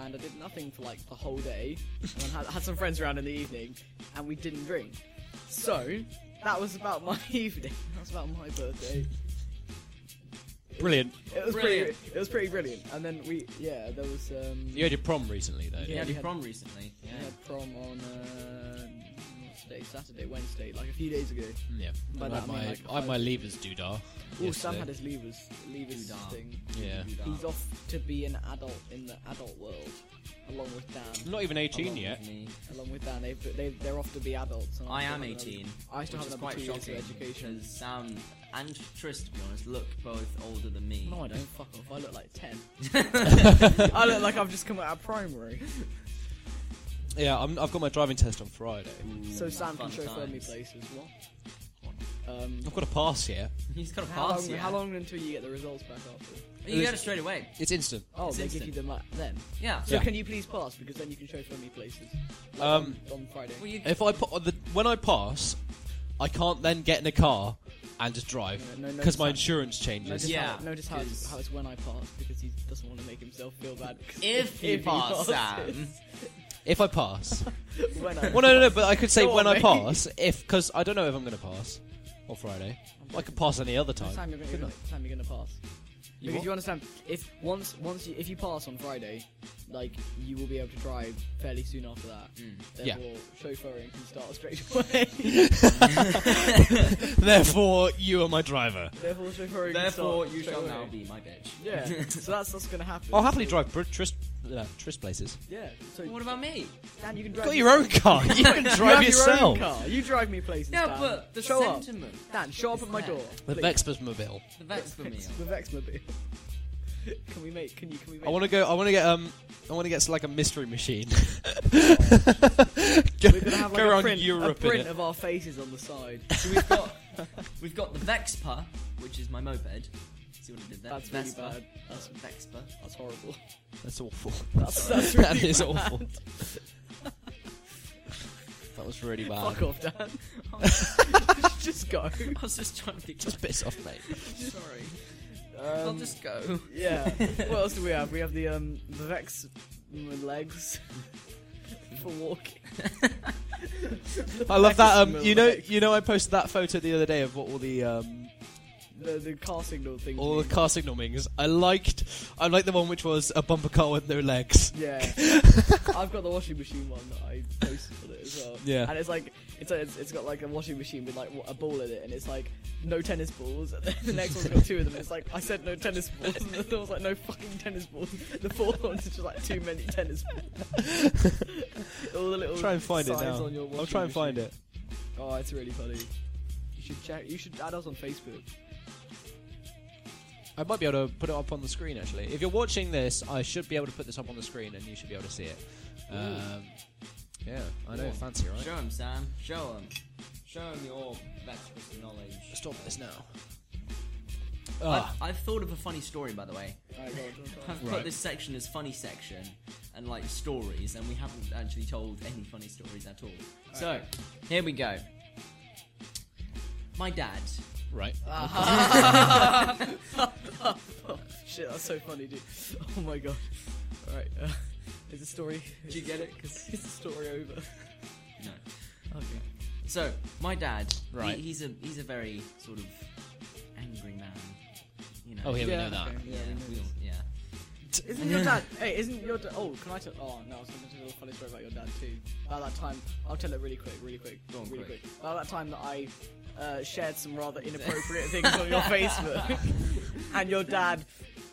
and I did nothing for like the whole day. and had, had some friends around in the evening, and we didn't drink. So that was about my evening. That was about my birthday.
Brilliant.
It was
Brilliant.
pretty. It was pretty brilliant. And then we, yeah, there was um,
You had your prom recently, though.
Yeah,
Yeah,
we
you
had-
prom recently. Yeah.
we had prom on uh, what's today? Saturday, Wednesday, like a few days ago.
Yeah.
By
I
that
had
I mean,
my,
like,
I had my
I-
leavers doodah.
Oh, Sam
yesterday.
had his levers, levers
Doodah.
thing.
Yeah.
He's off to be an adult in the adult world, along with Dan.
Not even 18
Along
yet.
with me.
Along with Dan, they've, they've, they're off to be adults. And
I
still
am
have another-
18.
I still
which
have
is
another
quite
two years of
shocking.
education.
Because Sam and Tris, to be honest, look both older than me.
No, I don't. Fuck off. I look like 10. I look like I've just come out of primary.
Yeah, I'm, I've got my driving test on Friday.
So Sam can
fun
chauffeur me
times.
places. What? Um,
I've got a pass here.
He's got a
how,
pass.
long,
yeah.
how long until you get the results back after?
You get it straight away.
It's instant.
Oh,
It's
they
instant.
give you them like, then.
Yeah.
So
Yeah.
can you please pass? Because then you can chauffeur me places. Like,
Um,
on, on Friday.
Well, you,
If I pa- the, when I pass, I can't then get in a car and just drive
No, no, no,
because my
it's
insurance
Notice
changes.
Yeah,
how, notice how it's,
because-
how it's when I pass because he doesn't want to make himself feel bad.
if you pass, Sam.
passes.
If I pass,
when I
well, no, no, no. But I could say
Go
when
on,
I
mate.
pass, if because I don't know if I'm going to pass on Friday. I could pass any other time.
Sam, you're gonna,
couldn't I?
Sam, you're gonna pass.
You
because
what?
you understand, if once once you, if you pass on Friday, like you will be able to drive fairly soon after that.
Hmm. Yeah.
Therefore, chauffeuring can start straight away.
Therefore, you are my driver.
Therefore, chauffeuring. can
Therefore,
start
you
straight
shall
away.
now be my bitch.
Yeah. so that's that's gonna happen.
I'll happily drive br- tris, uh, tris places.
Yeah. So
What about me?
Dan, you can
You've
drive.
got your own car. You can
you
drive
have Your own
yourself.
car. You drive me places.
No,
Dan.
but the
show up.
sentiment.
Dan, show up at my
It's there.
door.
The
please.
Vexper's mobile.
The vex for me.
The Vexmobile. can we make? Can you? Can we make?
I want to go. I want to get um. I want to get like a mystery machine. go
We're gonna have like
go
a
around
print,
Europe.
a
in
print
it.
of our faces on the side.
So we've got we've got the Vexpa, which is my moped. See what I did there?
That's really
Vespa.
bad. That's-
Vexpa.
That's horrible.
That's awful.
That's, that's really
That is awful. that was really bad.
fuck off, Dan. just go.
I was just trying to be.
Just piss off, mate.
Sorry. I'll
Um,
just go.
yeah. What else do we have? We have the um the Vex mm, legs for walking.
I love that. Um,
Vexmobile.
you know, you know, I posted that photo the other day of what all the um,
The the car signal thing.
all the car signal mings. I liked, I liked the one which was a bumper car with no legs.
Yeah. I've got the washing machine one that I posted on it as well.
Yeah.
And it's like it's, like- it's it's got like a washing machine with like wa- a ball in it, and it's like no tennis balls. And then the next one's got two of them. And it's like I said no tennis balls, and the third one's like no fucking tennis balls. The fourth one's just like too many tennis balls. All the little
Try and find it
signs
now.
on your
I'll
washing
try and find
machine.
it.
Oh, it's really funny. You should check. You should add us on Facebook.
I might be able to put it up on the screen actually. If you're watching this, I should be able to put this up on the screen, and you should be able to see it. Um, yeah, I know,
Ooh.
fancy, right?
Show him, Sam. Show him. Show him your vegetables of knowledge.
Stop this now.
I've,
Ah,
I've thought of a funny story, by the way. I've
Right.
put this section as funny section and like stories, and we haven't actually told any funny stories at all. So, here we go. My dad.
right.
Shit, that's so funny, dude. Oh my god. Alright, uh, is the story.
Did you get it? Because
Is the story over?
no.
Okay.
So my dad. he-
Right.
he's a he's a very sort of angry man. You know.
Oh, yeah, we
Yeah,
know that.
okay.
Yeah.
we know
we all-
this.
yeah.
Isn't your dad? Hey, isn't your dad? Oh, can I tell? Oh no, I was going to tell a little funny story about your dad too. About that time, I'll tell it really quick, really quick,
Go on,
really
quick.
quick. About that time that I uh, shared some rather inappropriate things on your Facebook, and your dad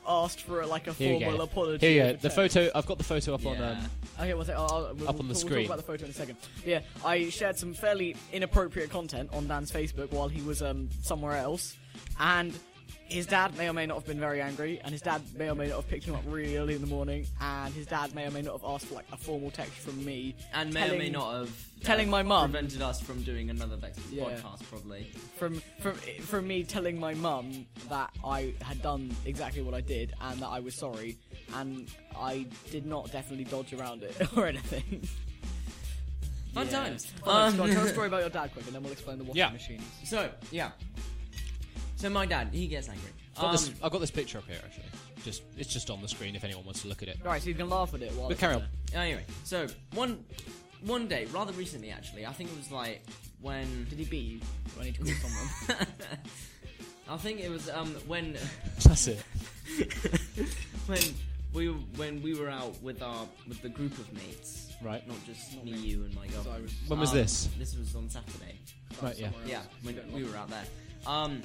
asked for like a
Here you
formal
go.
apology.
Here you
over
go. The
text.
photo. I've got the photo up on. Um,
Okay, well, I'll, I'll, we'll,
Up on the
we'll
screen.
talk about the photo in a second. Yeah, I shared some fairly inappropriate content on Dan's Facebook while he was um, somewhere else, and his dad may or may not have been very angry, and his dad may or may not have picked him up really early in the morning, and his dad may or may not have asked for like a formal text from me,
And may
telling,
or may not have uh,
telling my mum.
prevented us from doing another vegetables
Yeah.
podcast, probably.
from from from me telling my mum that I had done exactly what I did and that I was sorry, and I did not definitely dodge around it or anything.
Fun times.
Well,
Um,
no, tell a story about your dad quick, and then we'll explain the washing
Yeah.
machines.
So yeah. So my dad, he gets angry.
I've, got
Um,
this, I've got this picture up here actually. Just it's just on the screen if anyone wants to look at it.
Right, so you can laugh at it while.
But
it's
carry on.
there.
Anyway, so one one day, rather recently actually, I think it was like when
Did he beat you? Do I need to call someone?
I think it was um when
That's it.
when we were- when we were out with our with the group of mates,
Right.
Not just me, you, and my
So I
girlfriend.
was
When was
Um,
this?
This was on Saturday.
Right. Yeah.
somewhere
Yeah,
else.
when we were out there. Um,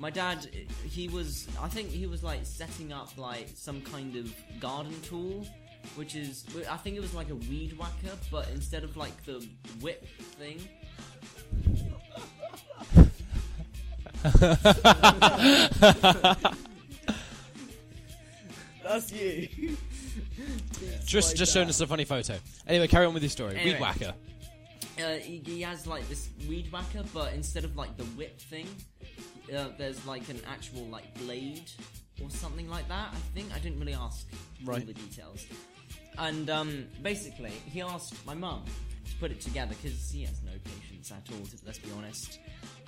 my dad, he was, I think he was like setting up like some kind of garden tool, which is, I think it was like a weed whacker, but instead of like the whip thing.
That's you.
Just just
like that.
showing us a funny photo. Anyway, carry on with your story.
Anyway.
Weed whacker.
Uh, he, he has like this weed whacker, but instead of like the whip thing, uh, there's like an actual like blade or something like that. I think I didn't really ask all
Right.
the details. And um, basically, he asked my mum to put it together because he has no patience at all. To, let's be honest.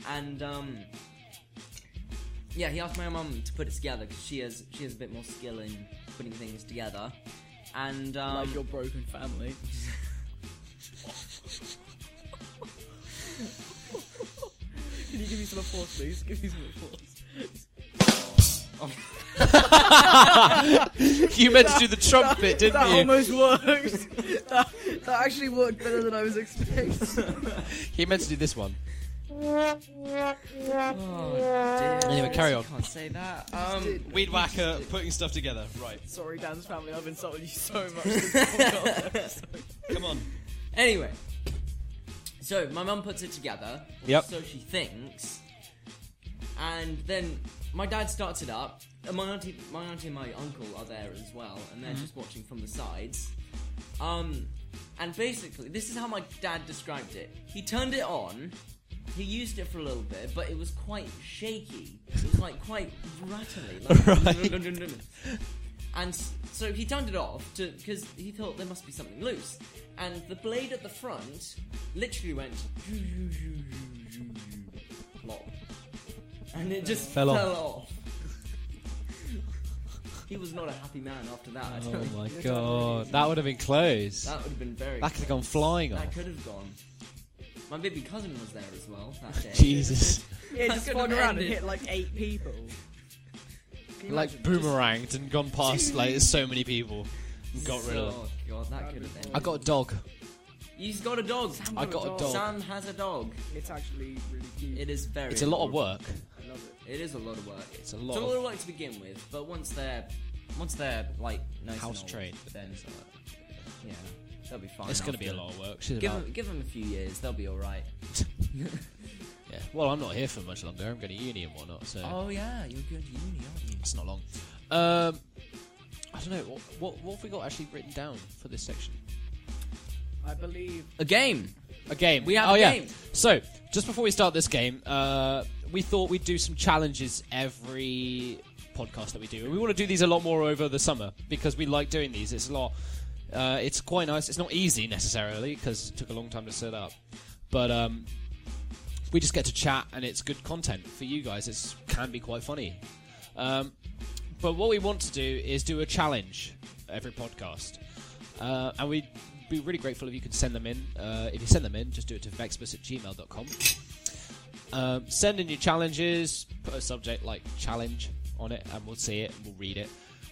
And um, yeah, he asked my mum to put it together because she has she has a bit more skill in putting things together. And um,
like your broken family. Can you give me some applause, please? Give me some applause.
you meant to do the trumpet, bit, didn't
That
you?
almost worked. that, that actually worked better than I was expecting.
He meant to do this one.
oh, dear.
Anyway, carry on.
Can't say that. Um,
Weed whacker putting stuff together. Right.
Sorry, Dan's family. I've insulted you so much. this podcast episode.
Come on.
Anyway, so my mum puts it together. or
Yep.
So she thinks, and then my dad starts it up. And my auntie, my auntie, and my uncle are there as well, and they're just watching from the sides. Um, and basically, this is how my dad described it. He turned it on. He used it for a little bit, but it was quite shaky. It was like quite rattly. Like, and s- so he turned it off to because he thought there must be something loose. And the blade at the front literally went plop, and it just
Fell
fell,
off.
off. he was not a happy man after that. I
Oh
tell you.
my god. That would have been close.
That would have been very.
That could have gone flying
That
off.
could have gone. My baby cousin was there as well that day.
Jesus.
Yeah,
I
just
couldn't
spun
have
around and
ended.
hit like eight people. Can you
Like
imagine?
boomeranged and gone past like so many people. And got rid of them.
Oh god, that could have been.
I got a dog.
He's got a dog. Sam,
I got a dog.
Sam has a dog.
It's actually really cute.
It is very.
It's a lot of
adorable.
work.
I love it.
It is a lot of work.
It's a lot
It's a
of-
lot of work to begin with, but once they're, once they're like nice and
House
old,
trained.
then yeah, they'll be fine.
It's going to be a
after.
lot of work. She's
Give
about-
them, give them a few years, they'll be all right.
Yeah. Well, I'm not here for much longer. I'm going to uni and whatnot, so
Oh yeah, you're good uni, aren't you?
it's not long. Um, I don't know. What, what, what have we got actually written down for this section?
I believe
A game.
A game.
We have
oh,
a
yeah.
game.
So, just before we start this game, uh, we thought we'd do some challenges every podcast that we do. We want to do these a lot more over the summer because we like doing these. It's a lot. Uh, it's quite nice. It's not easy necessarily because it took a long time to set up, but um, we just get to chat and it's good content for you guys. It can be quite funny. Um, but what we want to do is do a challenge every podcast. Uh, and we'd be really grateful if you could send them in. Uh, if you send them in, just do it to vexbus at gmail.com. Um, send in your challenges, put a subject like challenge on it, and we'll see it and we'll read it.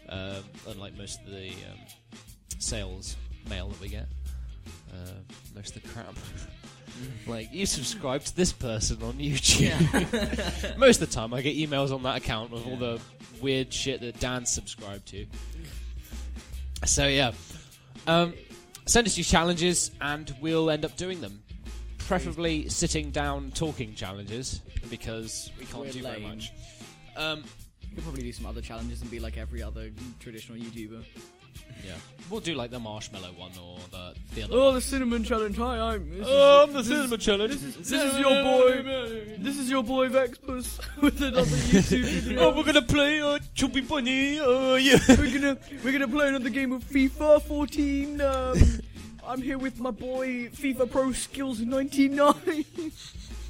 Um, unlike most of the um, sales mail that we get, uh, most of the crap. like, you subscribe to this person on YouTube. most of the time, I get emails on that account with all the weird shit that Dan subscribed to. So, yeah. Um, send us your challenges, and we'll end up doing them. Preferably sitting down talking challenges, because we can't
We're
do very
lame.
much. Um,
You could probably do some other challenges and be like every other traditional YouTuber.
yeah. We'll do like the marshmallow one or the, the other
Oh, the cinnamon challenge. Hi, I'm. This,
Oh.
I'm Um, the cinnamon challenge.
is, this is your boy. This is your boy Vexpus with another YouTube video.
Oh, we're gonna play uh, Chubby Bunny. Uh, yeah.
we're gonna we're gonna play another game of FIFA 14. Um, I'm here with my boy FIFA Pro Skills 99.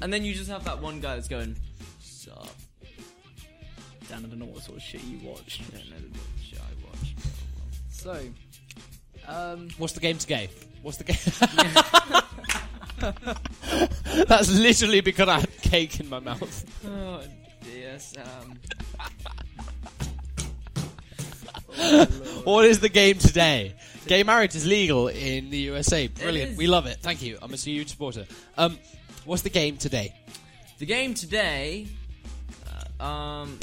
And then you just have that one guy that's going, Sup.
Dan, I don't know what sort of shit you watch.
I don't know what show I watch.
oh
So, um,
What's the game today? What's the game? That's literally because I had cake in my mouth.
Oh dear, Sam.
um.
What is the game today? Gay marriage is legal in the USA. Brilliant.
is.
We love it. Thank you. I'm a huge supporter. Um, what's the game today?
The game today, uh, um,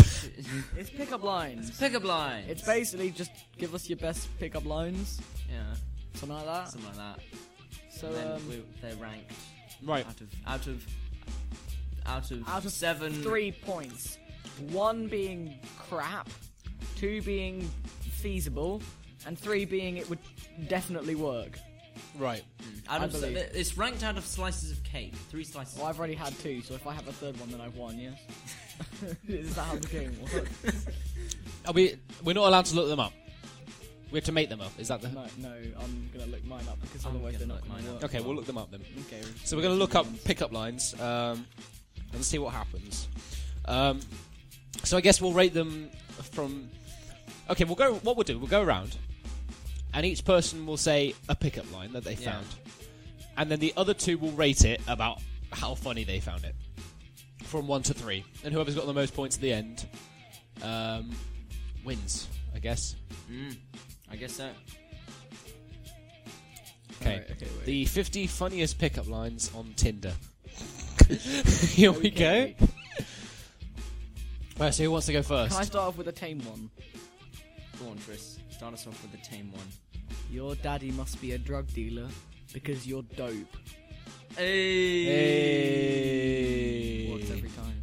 It's pickup lines.
pickup lines.
it's basically just give us your best pickup lines,
yeah,
something like that.
something like that.
So,
then
um,
we, they're ranked
Right.
out of out of out of
Out of
seven.
three points. One being crap, two being feasible, and three being it would definitely work.
Right.
Out
I
of se-
believe.
it's ranked out of slices of cake. Three slices.
Well, I've already had two, so if I have a third one, then I've won, yes? Is that how the game works?
Are we? We're not allowed to look them up. We have to make them up. Is that the?
No, no, I'm gonna look mine up because
I'm
otherwise
gonna
they're not
look
gonna
mine up.
work.
Okay, we'll look them up then.
Okay.
So we're going to look up pickup lines um, and see what happens. Um, so I guess we'll rate them from. Okay, we'll go. What we'll do, we'll go around, and each person will say a pickup line that they
Yeah.
found, and then the other two will rate it about how funny they found it, from one to three, and whoever's got the most points at the end um, wins. I guess.
Mm, I guess so.
Okay.
Alright, okay, wait.
the 50 funniest pickup lines on Tinder. Here we go.
Okay.
Right, so who wants to go first?
Can I start off with a tame one?
Go on, Tris. Start us off with the tame one.
Your daddy must be a drug dealer because you're dope.
Hey.
Hey.
Works every time.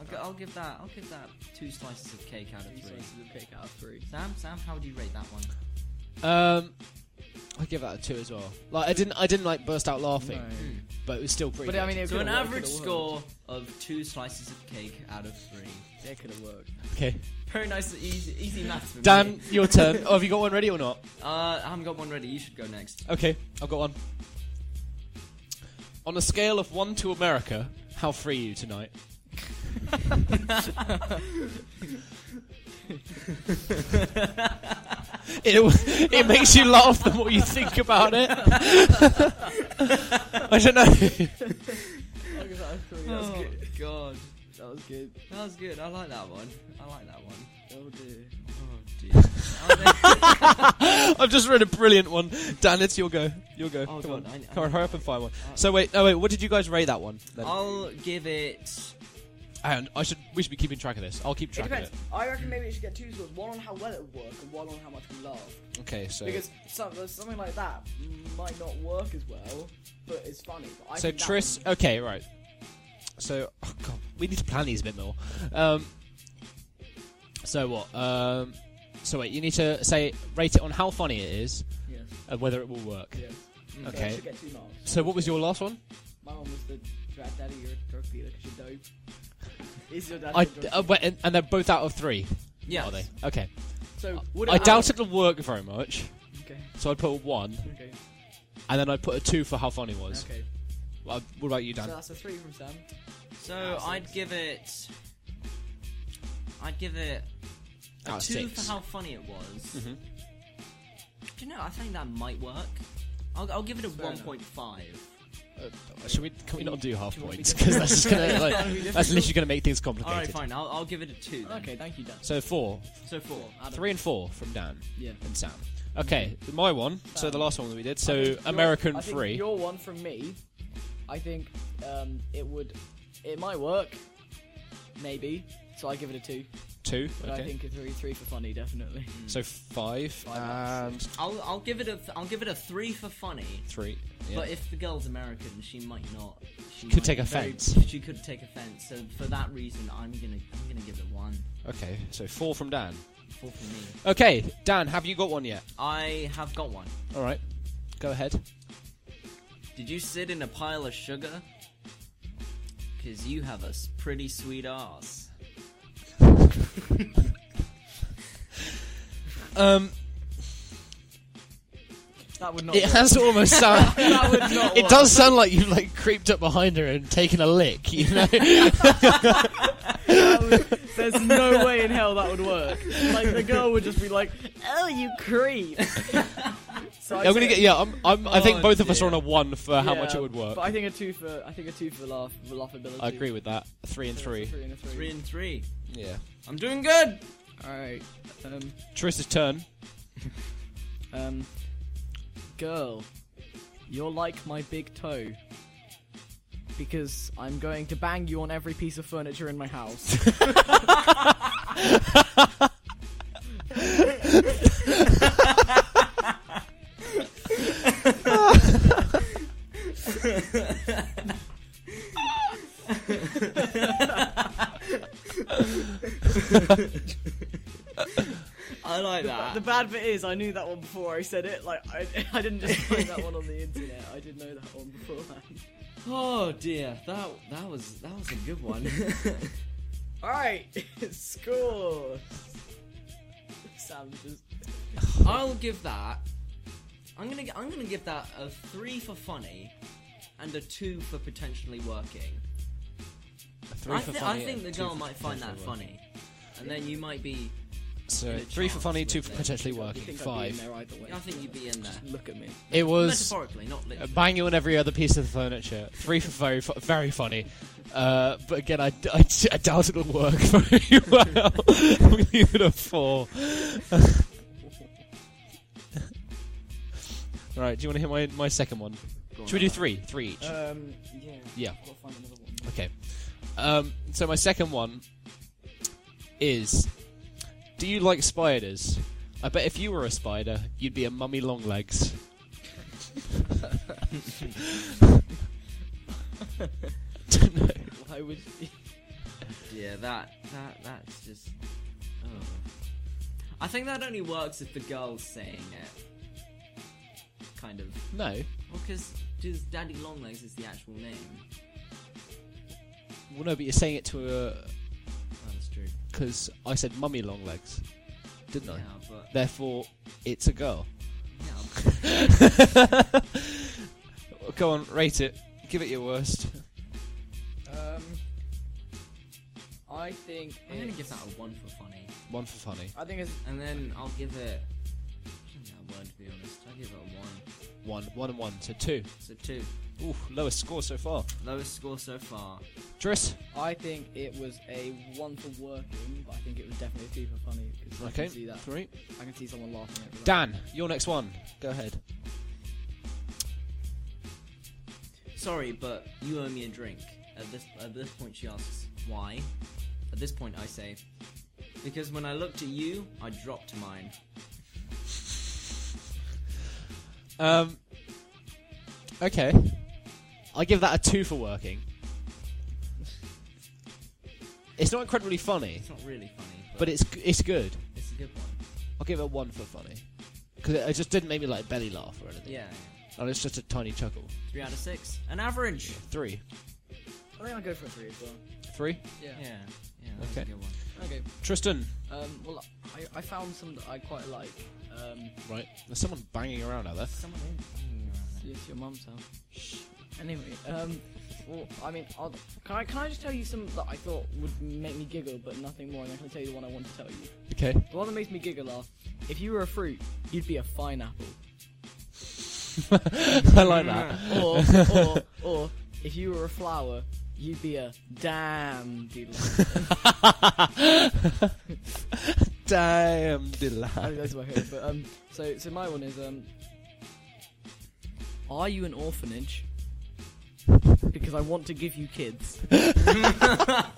I'll, gi- I'll give that. I'll give that two slices of cake out of
three
three.
slices of cake out of three.
Sam, Sam, how would you rate that one?
Um, I give that a two as well. Like I didn't, I didn't like burst out laughing, but it was still pretty.
But I
good.
mean, it
So an
could've worked,
average
could've
score of two slices of cake out of three.
worked. It could have worked.
okay.
Very nice, easy, easy maths for
Dan,
me.
your turn. oh, have you got one ready or not?
Uh, I haven't got one ready. You should go next.
Okay, I've got one. On a scale of one to America, how free are you tonight? it, it makes you laugh the more you think about it. I don't know.
Look at that, three. That was
Oh
good.
God,
That was good.
that was good. I like that one. I like that one.
Oh dear.
Oh dear. oh, no.
I've just read a brilliant one. Dan, it's your go. Your go.
Oh,
Come
God,
on.
I- I-
Come on, hurry up and find one. So wait, no wait, what did you guys rate that one? Then?
I'll give it.
And I should we should be keeping track of this. I'll keep
It
track of
depends.
it.
I reckon maybe it should get two scores: one on how well it worked, and one on how much we laughed.
Okay, so
Because some, uh, something like that might not work as well, but it's funny. But I
So
think that
Tris,
one-
okay, right. So, oh god, we need to plan these a bit more. Um, so what? Um, so wait, you need to say rate it on how funny it is
Yes.
and whether it will work.
Yes. So I
Okay.
should get two marks.
So what was your last one?
My one was the drag daddy, you're a drug dealer because you're dope. Is your dad
I
a drug
uh,
dealer?
wait, and, and they're both out of three.
Yes.
Are they? Okay.
So would
I doubt it'll work very much.
Okay.
So I'd put a one,
Okay.
and then I'd put a two for how funny it was.
Okay.
Well, what about you,
So
Dan?
that's a three from Sam.
So I'd give it. I'd give it a
Out of
two
six.
for how funny it was.
Mhm.
Do you know? I think that might work. I'll, I'll give it a
Fair
one
enough.
point five.
Uh, should we? Can we not do half
Do you want me
points?
to-
Because that's just gonna like,
That'd be
that's
difficult.
literally gonna make things
All right,
complicated.
fine. I'll, I'll give it a two. Then.
Okay, thank you, Dan.
So four,
So four.
Adam.
three and four from Dan
Yeah.
and Sam. Okay, my one. So the last one that we did.
I
So
think your-
American
I think
Free.
Your one from me. I think um, it would. It might work. Maybe. So I give it a two.
Two.
But I
Okay.
think a three, three for funny, definitely.
So five
out
and
I'll I'll give it a I'll give it a three for funny.
three. Yeah.
But if the girl's American, she might not. She
Could
might
take
be very-
offense.
she could take offense. So for that reason, I'm gonna I'm gonna give it one.
Okay. So four from Dan.
Four for me.
Okay, Dan, have you got one yet?
I have got one.
All right. Go ahead.
Did you sit in a pile of sugar? Cause you have a s- pretty sweet ass.
Um,
That would not.
it
work.
has almost sound.
That would not
it
work.
does sound like you've like creeped up behind her and taken a lick. You know.
That would- There's no way in hell that would work. Like the girl would just be like, "Oh, you creep." so
I'm gonna get. Yeah. I'm. I'm I think
Oh,
both of us are
dear.
on a one for how much it would work.
But I think a two for I think a two for the laugh for laughability.
I agree with that. Three and
So
three.
that's a and a three.
Three and three.
Yeah.
I'm doing good.
All right. Um,
Triss's turn.
um, girl, you're like my big toe. Because I'm going to bang you on every piece of furniture in my house.
I like that.
the bad bit is, I knew that one before I said it. Like, I, I didn't just find that one on the internet. I did know that one beforehand.
oh dear, that that was that was a good one.
All right, score. Sam just
I'll give that. I'm gonna gi- I'm gonna give that a three for funny, and a two for potentially working.
A Three
I,
for
thi-
funny.
I think the
and two
girl
for
might find that
potentially
funny, and then you might be.
working. So
in a
three for
chance
funny,
with
two for
it.
potentially
I
working.
think I'd be in
Five.
there either way.
I think you'd be in there.
Look at me.
It was
Metaphorically, not
uh,
literally.
bang you on every other piece of furniture. Three for very, fu- very funny. Uh, but again, I, d- I d- I doubt it'll work very well. we leave it at four. All right. Do you want to hear my my second one?
Go on,
Should we do
Adam.
three? Three each.
Um, yeah.
Yeah.
I've got to find another one.
Okay. Um, so my second one is: Do you like spiders? I bet if you were a spider, you'd be a mummy long legs. Don't know.
Why would
Yeah, that that that's just. Oh. I think that only works if the girl's saying it. Kind of.
No.
Well, because Daddy Longlegs is the actual name.
Well, no, but you're saying it to a
That's true.
because I said mummy long legs, didn't I?
Yeah, but
Therefore, it's a girl.
yeah,
Go on, rate it. Give it your worst.
you? Um, I think
I'm gonna give
it's-
that a one for funny,
One for funny.
I think it's
and then I'll give it. I don't know that word to be honest. I give it a one.
One, one, and one. So two.
So two.
Ooh, lowest score so far.
Lowest score so far.
Driss.
I think it was a one for working, but I think it was definitely a two for funny because I
Okay.
can see that.
Three.
I can see someone laughing at that.
Dan, your next one. Go ahead.
Sorry, but you owe me a drink. At this at this point, she asks why. At this point, I say because when I looked at you, I dropped mine.
Um. Okay. I give that a two for working. It's not incredibly funny,
It's not really funny, but,
but it's g- it's good.
it's a good one.
I'll give it one for funny because it, it just didn't make me like belly laugh or anything.
Yeah.
and it's just a tiny chuckle.
Three out of six. An average.
Three,
I think I'll go for a three as well.
three.
Yeah.
Yeah. Yeah, that's
Okay.
a good one.
Okay.
Tristan,
Um, well, I, I found some that I quite like. Um,
right? There's someone banging around out there.
Someone in.
it's your mum's house. Anyway, um, well, I mean, I'll, can I can I just tell you some that I thought would make me giggle, but nothing more, and then I can tell you the one I want to tell you.
Okay.
The one that makes me giggle are, if you were a fruit, you'd be a fine apple.
I like that.
Or, or, or, if you were a flower, you'd be a damn doodle.
Damn,
I think
delight.
that's my favorite. But um, so so my one is um, are you an orphanage? Because I want to give you kids.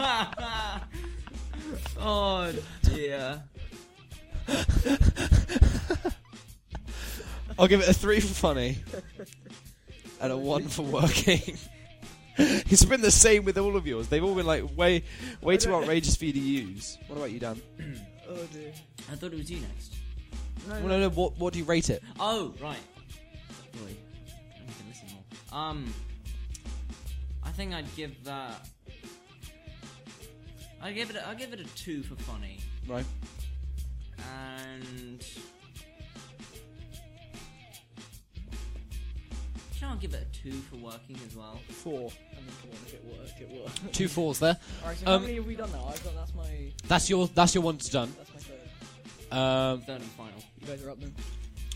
Oh dear.
I'll give it a three for funny and a one for working. it's been the same with all of yours. They've all been like way, way too outrageous for you to use. What about you, Dan?
Oh dear.
I thought it was you next.
Well, no, no. What, what do you rate it?
Oh, right. Boy, I need to listen more. Um, I think I'd give that. I give it. I give it a two for funny,
Right.
and. Should I give it a two for working as well?
Four. I mean, come on, if it worked, it worked.
Two fours there.
Alright, so
Um,
how many have we done now? I've got that's my
That's your. That's your one's done.
that's my third.
Um,
Third and final.
You guys are up then.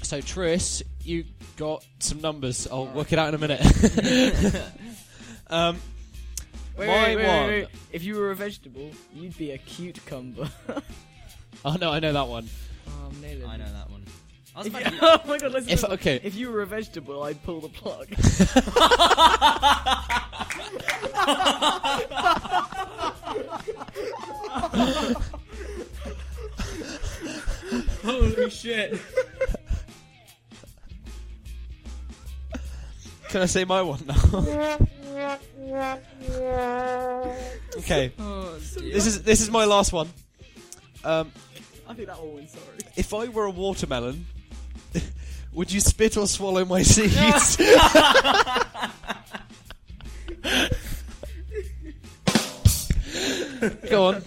so Tris, you got some numbers. I'll work it out in a minute. um, my one.
If you were a vegetable, you'd be a cucumber.
Oh no, I know that one.
um, nailed it.
I know that one. I was
If
about
you,
to-
oh my god, listen.
If
to this.
okay,
if you were a vegetable, I'd pull the plug.
Holy shit!
Can I say my one now? okay.
Oh,
This is this is my last one. Um,
I think that one went sorry.
if I were a watermelon, would you spit or swallow my seeds? Go on.
I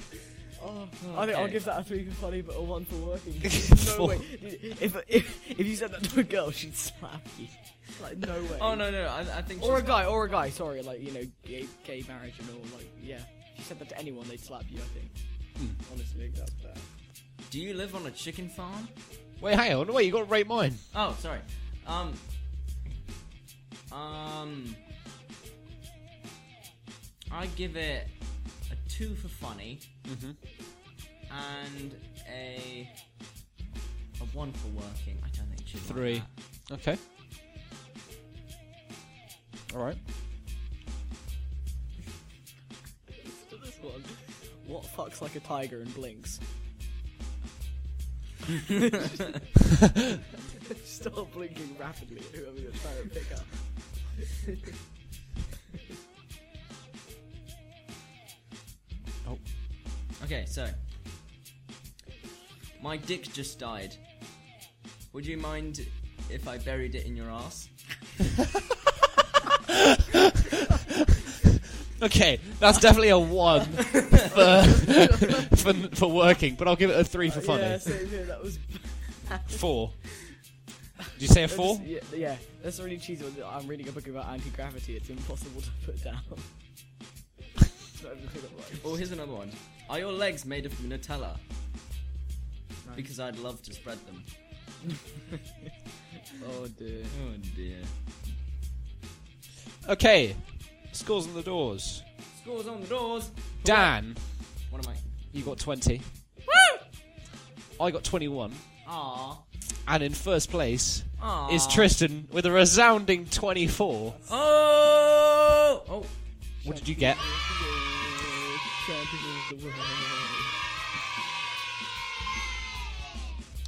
think I'll
Okay.
give that a three for funny, but a one for working. no
Four.
way. Dude, If, if if you said that to a girl, she'd slap you. Like no way.
Oh no no! I, I think.
Or a
she's-
guy, or a guy. Sorry, like you know, gay, gay marriage and all. Like yeah, if you said that to anyone, they'd slap you. I think.
Hmm.
Honestly, that's bad.
Do you live on a chicken farm?
Wait, hang on. Wait, you got to rate mine.
Oh, sorry. Um. Um. I give it a two for funny
Mm-hmm.
and a a one for working. I don't think it should like
Three.
that.
Okay. All right.
Listen to this one. What fucks like a tiger and blinks? Stop blinking rapidly. Whoever you're trying to pick up.
Okay, so my dick just died. Would you mind if I buried it in your ass?
Okay, that's definitely a one for, for for working, but I'll give it a three for funny.
Yeah, same here. That was
Four. Did you say a four?
Yeah, yeah, that's a really cheesy one. I'm reading a book about anti gravity. It's impossible to put down. It's not even pick up right.
Oh, here's another one. Are your legs made of Nutella?
Oh,
Nice.
Because I'd love to spread them.
Oh dear.
Oh dear.
Okay. Scores on the doors.
Scores on the doors.
Dan,
What am I?
you got 20. Woo! I got 21.
Aww.
And in first place
Aww.
Ah.
is Tristan with a resounding 24.
Oh! Oh.
What did you get?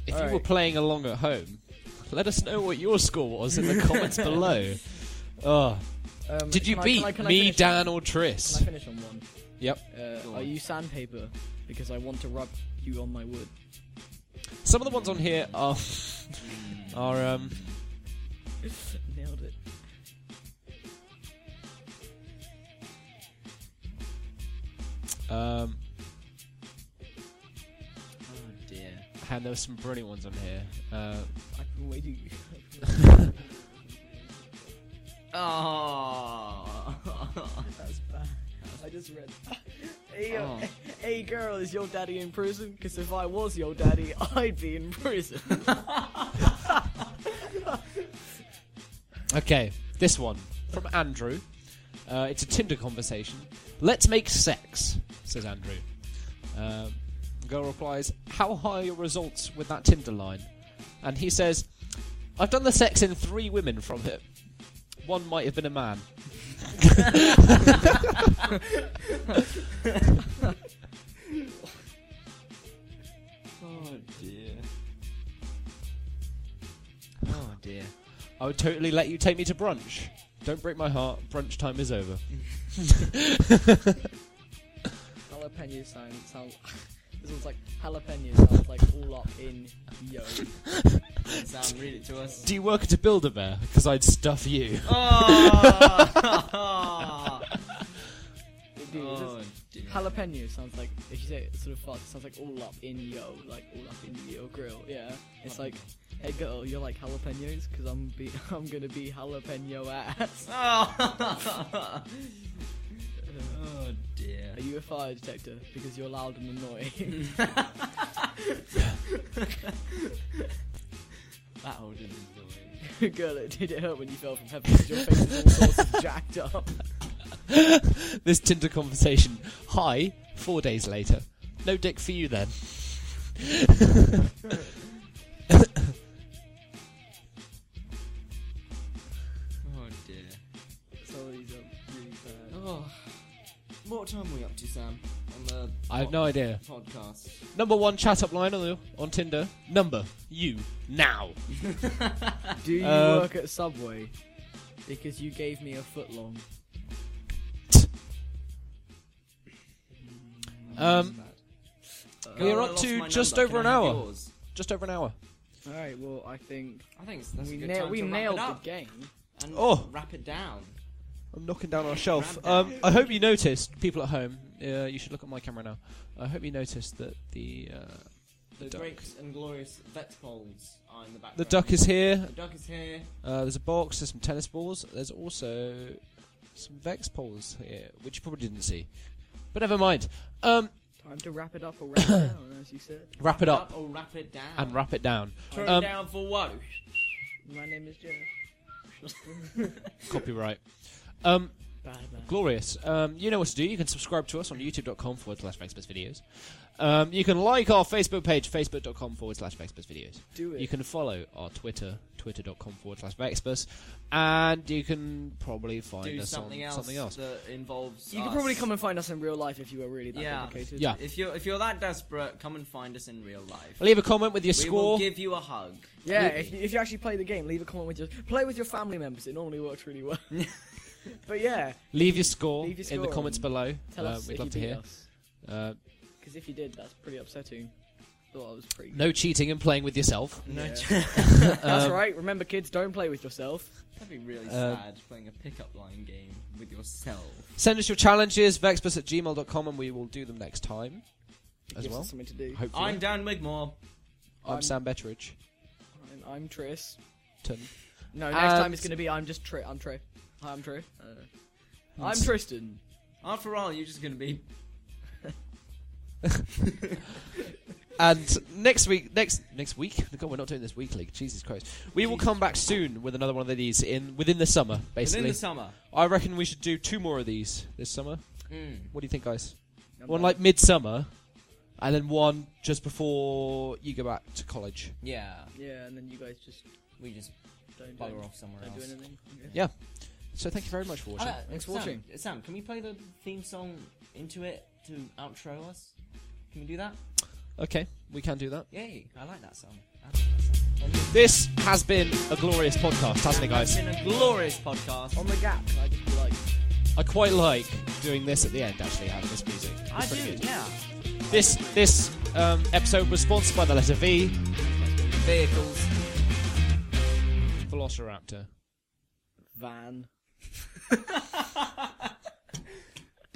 If you were
Alright.
playing along at home, let us know what your score was in the comments below. Oh,
Um,
did you
can I-
beat
can I- can I
me,
finish-
Dan, or
Can
Tris?
I finish on one?
Yep.
Uh,
Go
I
on.
use sandpaper because I want to rub you on my wood.
Some of the ones on here are are um
Nailed it.
um.
Oh dear.
And there were some brilliant ones on here. Uh,
I've been waiting.
Oh.
That's bad. I just read. hey, uh, hey, girl, is your daddy in prison? Because if I was your daddy, I'd be in prison.
okay, this one from Andrew. Uh, it's a Tinder conversation. Let's make sex, says Andrew. Um, girl replies, "How high are your results with that Tinder line?" And he says, "I've done the sex in three women from it. One might have been a man."
oh dear. Oh dear.
I would totally let you take me to brunch. Don't break my heart. Brunch time is over.
jalapeno sound sounds. This one's like jalapeno sounds like all up in yo.
Sam, read it to us.
Do you work at a Builder Bear? Because I'd stuff you.
Oh.
Dude, it's just-
Oh, dear.
Jalapeno sounds like if you say it sort of fast, it sounds like all up in yo, like all up in your grill. Yeah, it's like, hey girl, you're like jalapenos because I'm be I'm gonna be jalapeno ass.
Oh. oh dear.
Are you a fire detector? Because you're loud and annoying.
That whole didn't go
girl, it did it hurt when you fell from heaven 'cause your face is all sorts of jacked up.
this Tinder conversation. Hi, four days later. No dick for you then.
Oh dear.
Some of these are really bad.
Oh. What time are we up to, Sam? On the
I have no idea.
podcast.
Number one chat up line on, the, on Tinder. Number you now.
Do you
Uh,
work at Subway? Because you gave me a foot long.
Um, we are
Oh, I
up
lost
to
my
just
number.
over an
Can I have
hour.
yours?
Just over an hour.
All right, well I think
I think it's- that's
we,
a good
nail-
time
we
to
nailed
wrap it
the
up
game.
and
Oh.
wrap it down.
I'm knocking down our shelf.
Grab that.
Um, I hope you noticed, people at home. Uh, you should look at my camera now. I hope you noticed that the uh,
The
duck.
great and glorious vet poles are in the background.
the duck is here.
The duck is here.
Uh, there's a box, there's some tennis balls, there's also some Vex poles here, which you probably didn't see. But never mind. Um,
Time to wrap it up or wrap it down, as you said.
wrap it up
or wrap it down.
and wrap it down.
Turn
um,
down for what?
My name is Jeff.
Copyright. Um,
Bad man.
glorious. Um, you know what to do. You can subscribe to us on youtube.com forward slash Vexbus videos. Um, you can like our Facebook page, facebook.com forward slash Vexbus videos.
Do it.
You can follow our Twitter, twitter.com forward slash Vexbus. And you can probably find
Do
us
something
on
else,
something else.
that involves.
You
us.
could probably come and find us in real life if you were really that
Yeah.
complicated.
Yeah.
If you're if you're that desperate, come and find us in real life.
Leave a comment with your
we
score.
will give you a hug.
Yeah, if you, if you actually play the game, leave a comment with your play with your family members. It normally works really well. but yeah,
Leave your score
Leave your
in the
score
comments
and
below.
tell
Uh,
us
we'd
if
love
you
to
beat
hear.
us.
Uh,
Because if you did, that's pretty upsetting. Thought I was pretty.
no Um, cheating and playing with yourself.
No,
Yeah.
that'd
That's right. Remember, kids, don't play with yourself.
be really
Uh,
sad playing a pickup line game with yourself.
Send us your challenges, vexbus at gmail.com, and we will do them next time
It
as
gives
well.
us something to do.
Hopefully.
I'm Dan Wigmore.
I'm
I'm-
Sam Betteridge.
I'm, I'm Tris.
Ton.
No, next time
And-
it's gonna be I'm just Tri. I'm Tri. Hi, I'm Tri. Uh, I'm Tristan.
After all, you're just gonna be.
And next week, next next week, God, we're not doing this weekly. Jesus Christ, we will come back soon with another one of these in within the summer.
Within
Basically,
the summer.
I reckon we should do two more of these this summer.
Hmm,
Mm.
What do you think, guys?
I'm
One
back.
like midsummer, and then one just before you go back to college.
Yeah,
Yeah, and then you guys just
we just
don't do,
bugger off somewhere
don't do
else.
anything. Yeah.
So thank you very much for watching.
Uh,
Thanks for
Sam,
watching.
Sam, can we play the theme song into it to outro us? Can we do that?
Okay, we can do that.
Yay! I like that song. I like that song.
This has been a glorious podcast, hasn't it, guys?
It's been a glorious podcast.
On the gap, I just be like.
I quite like doing this at the end. Actually, having this music. It's
I do,
pretty good.
yeah.
This this um, episode was sponsored by the letter V.
Vehicles.
Velociraptor.
Van.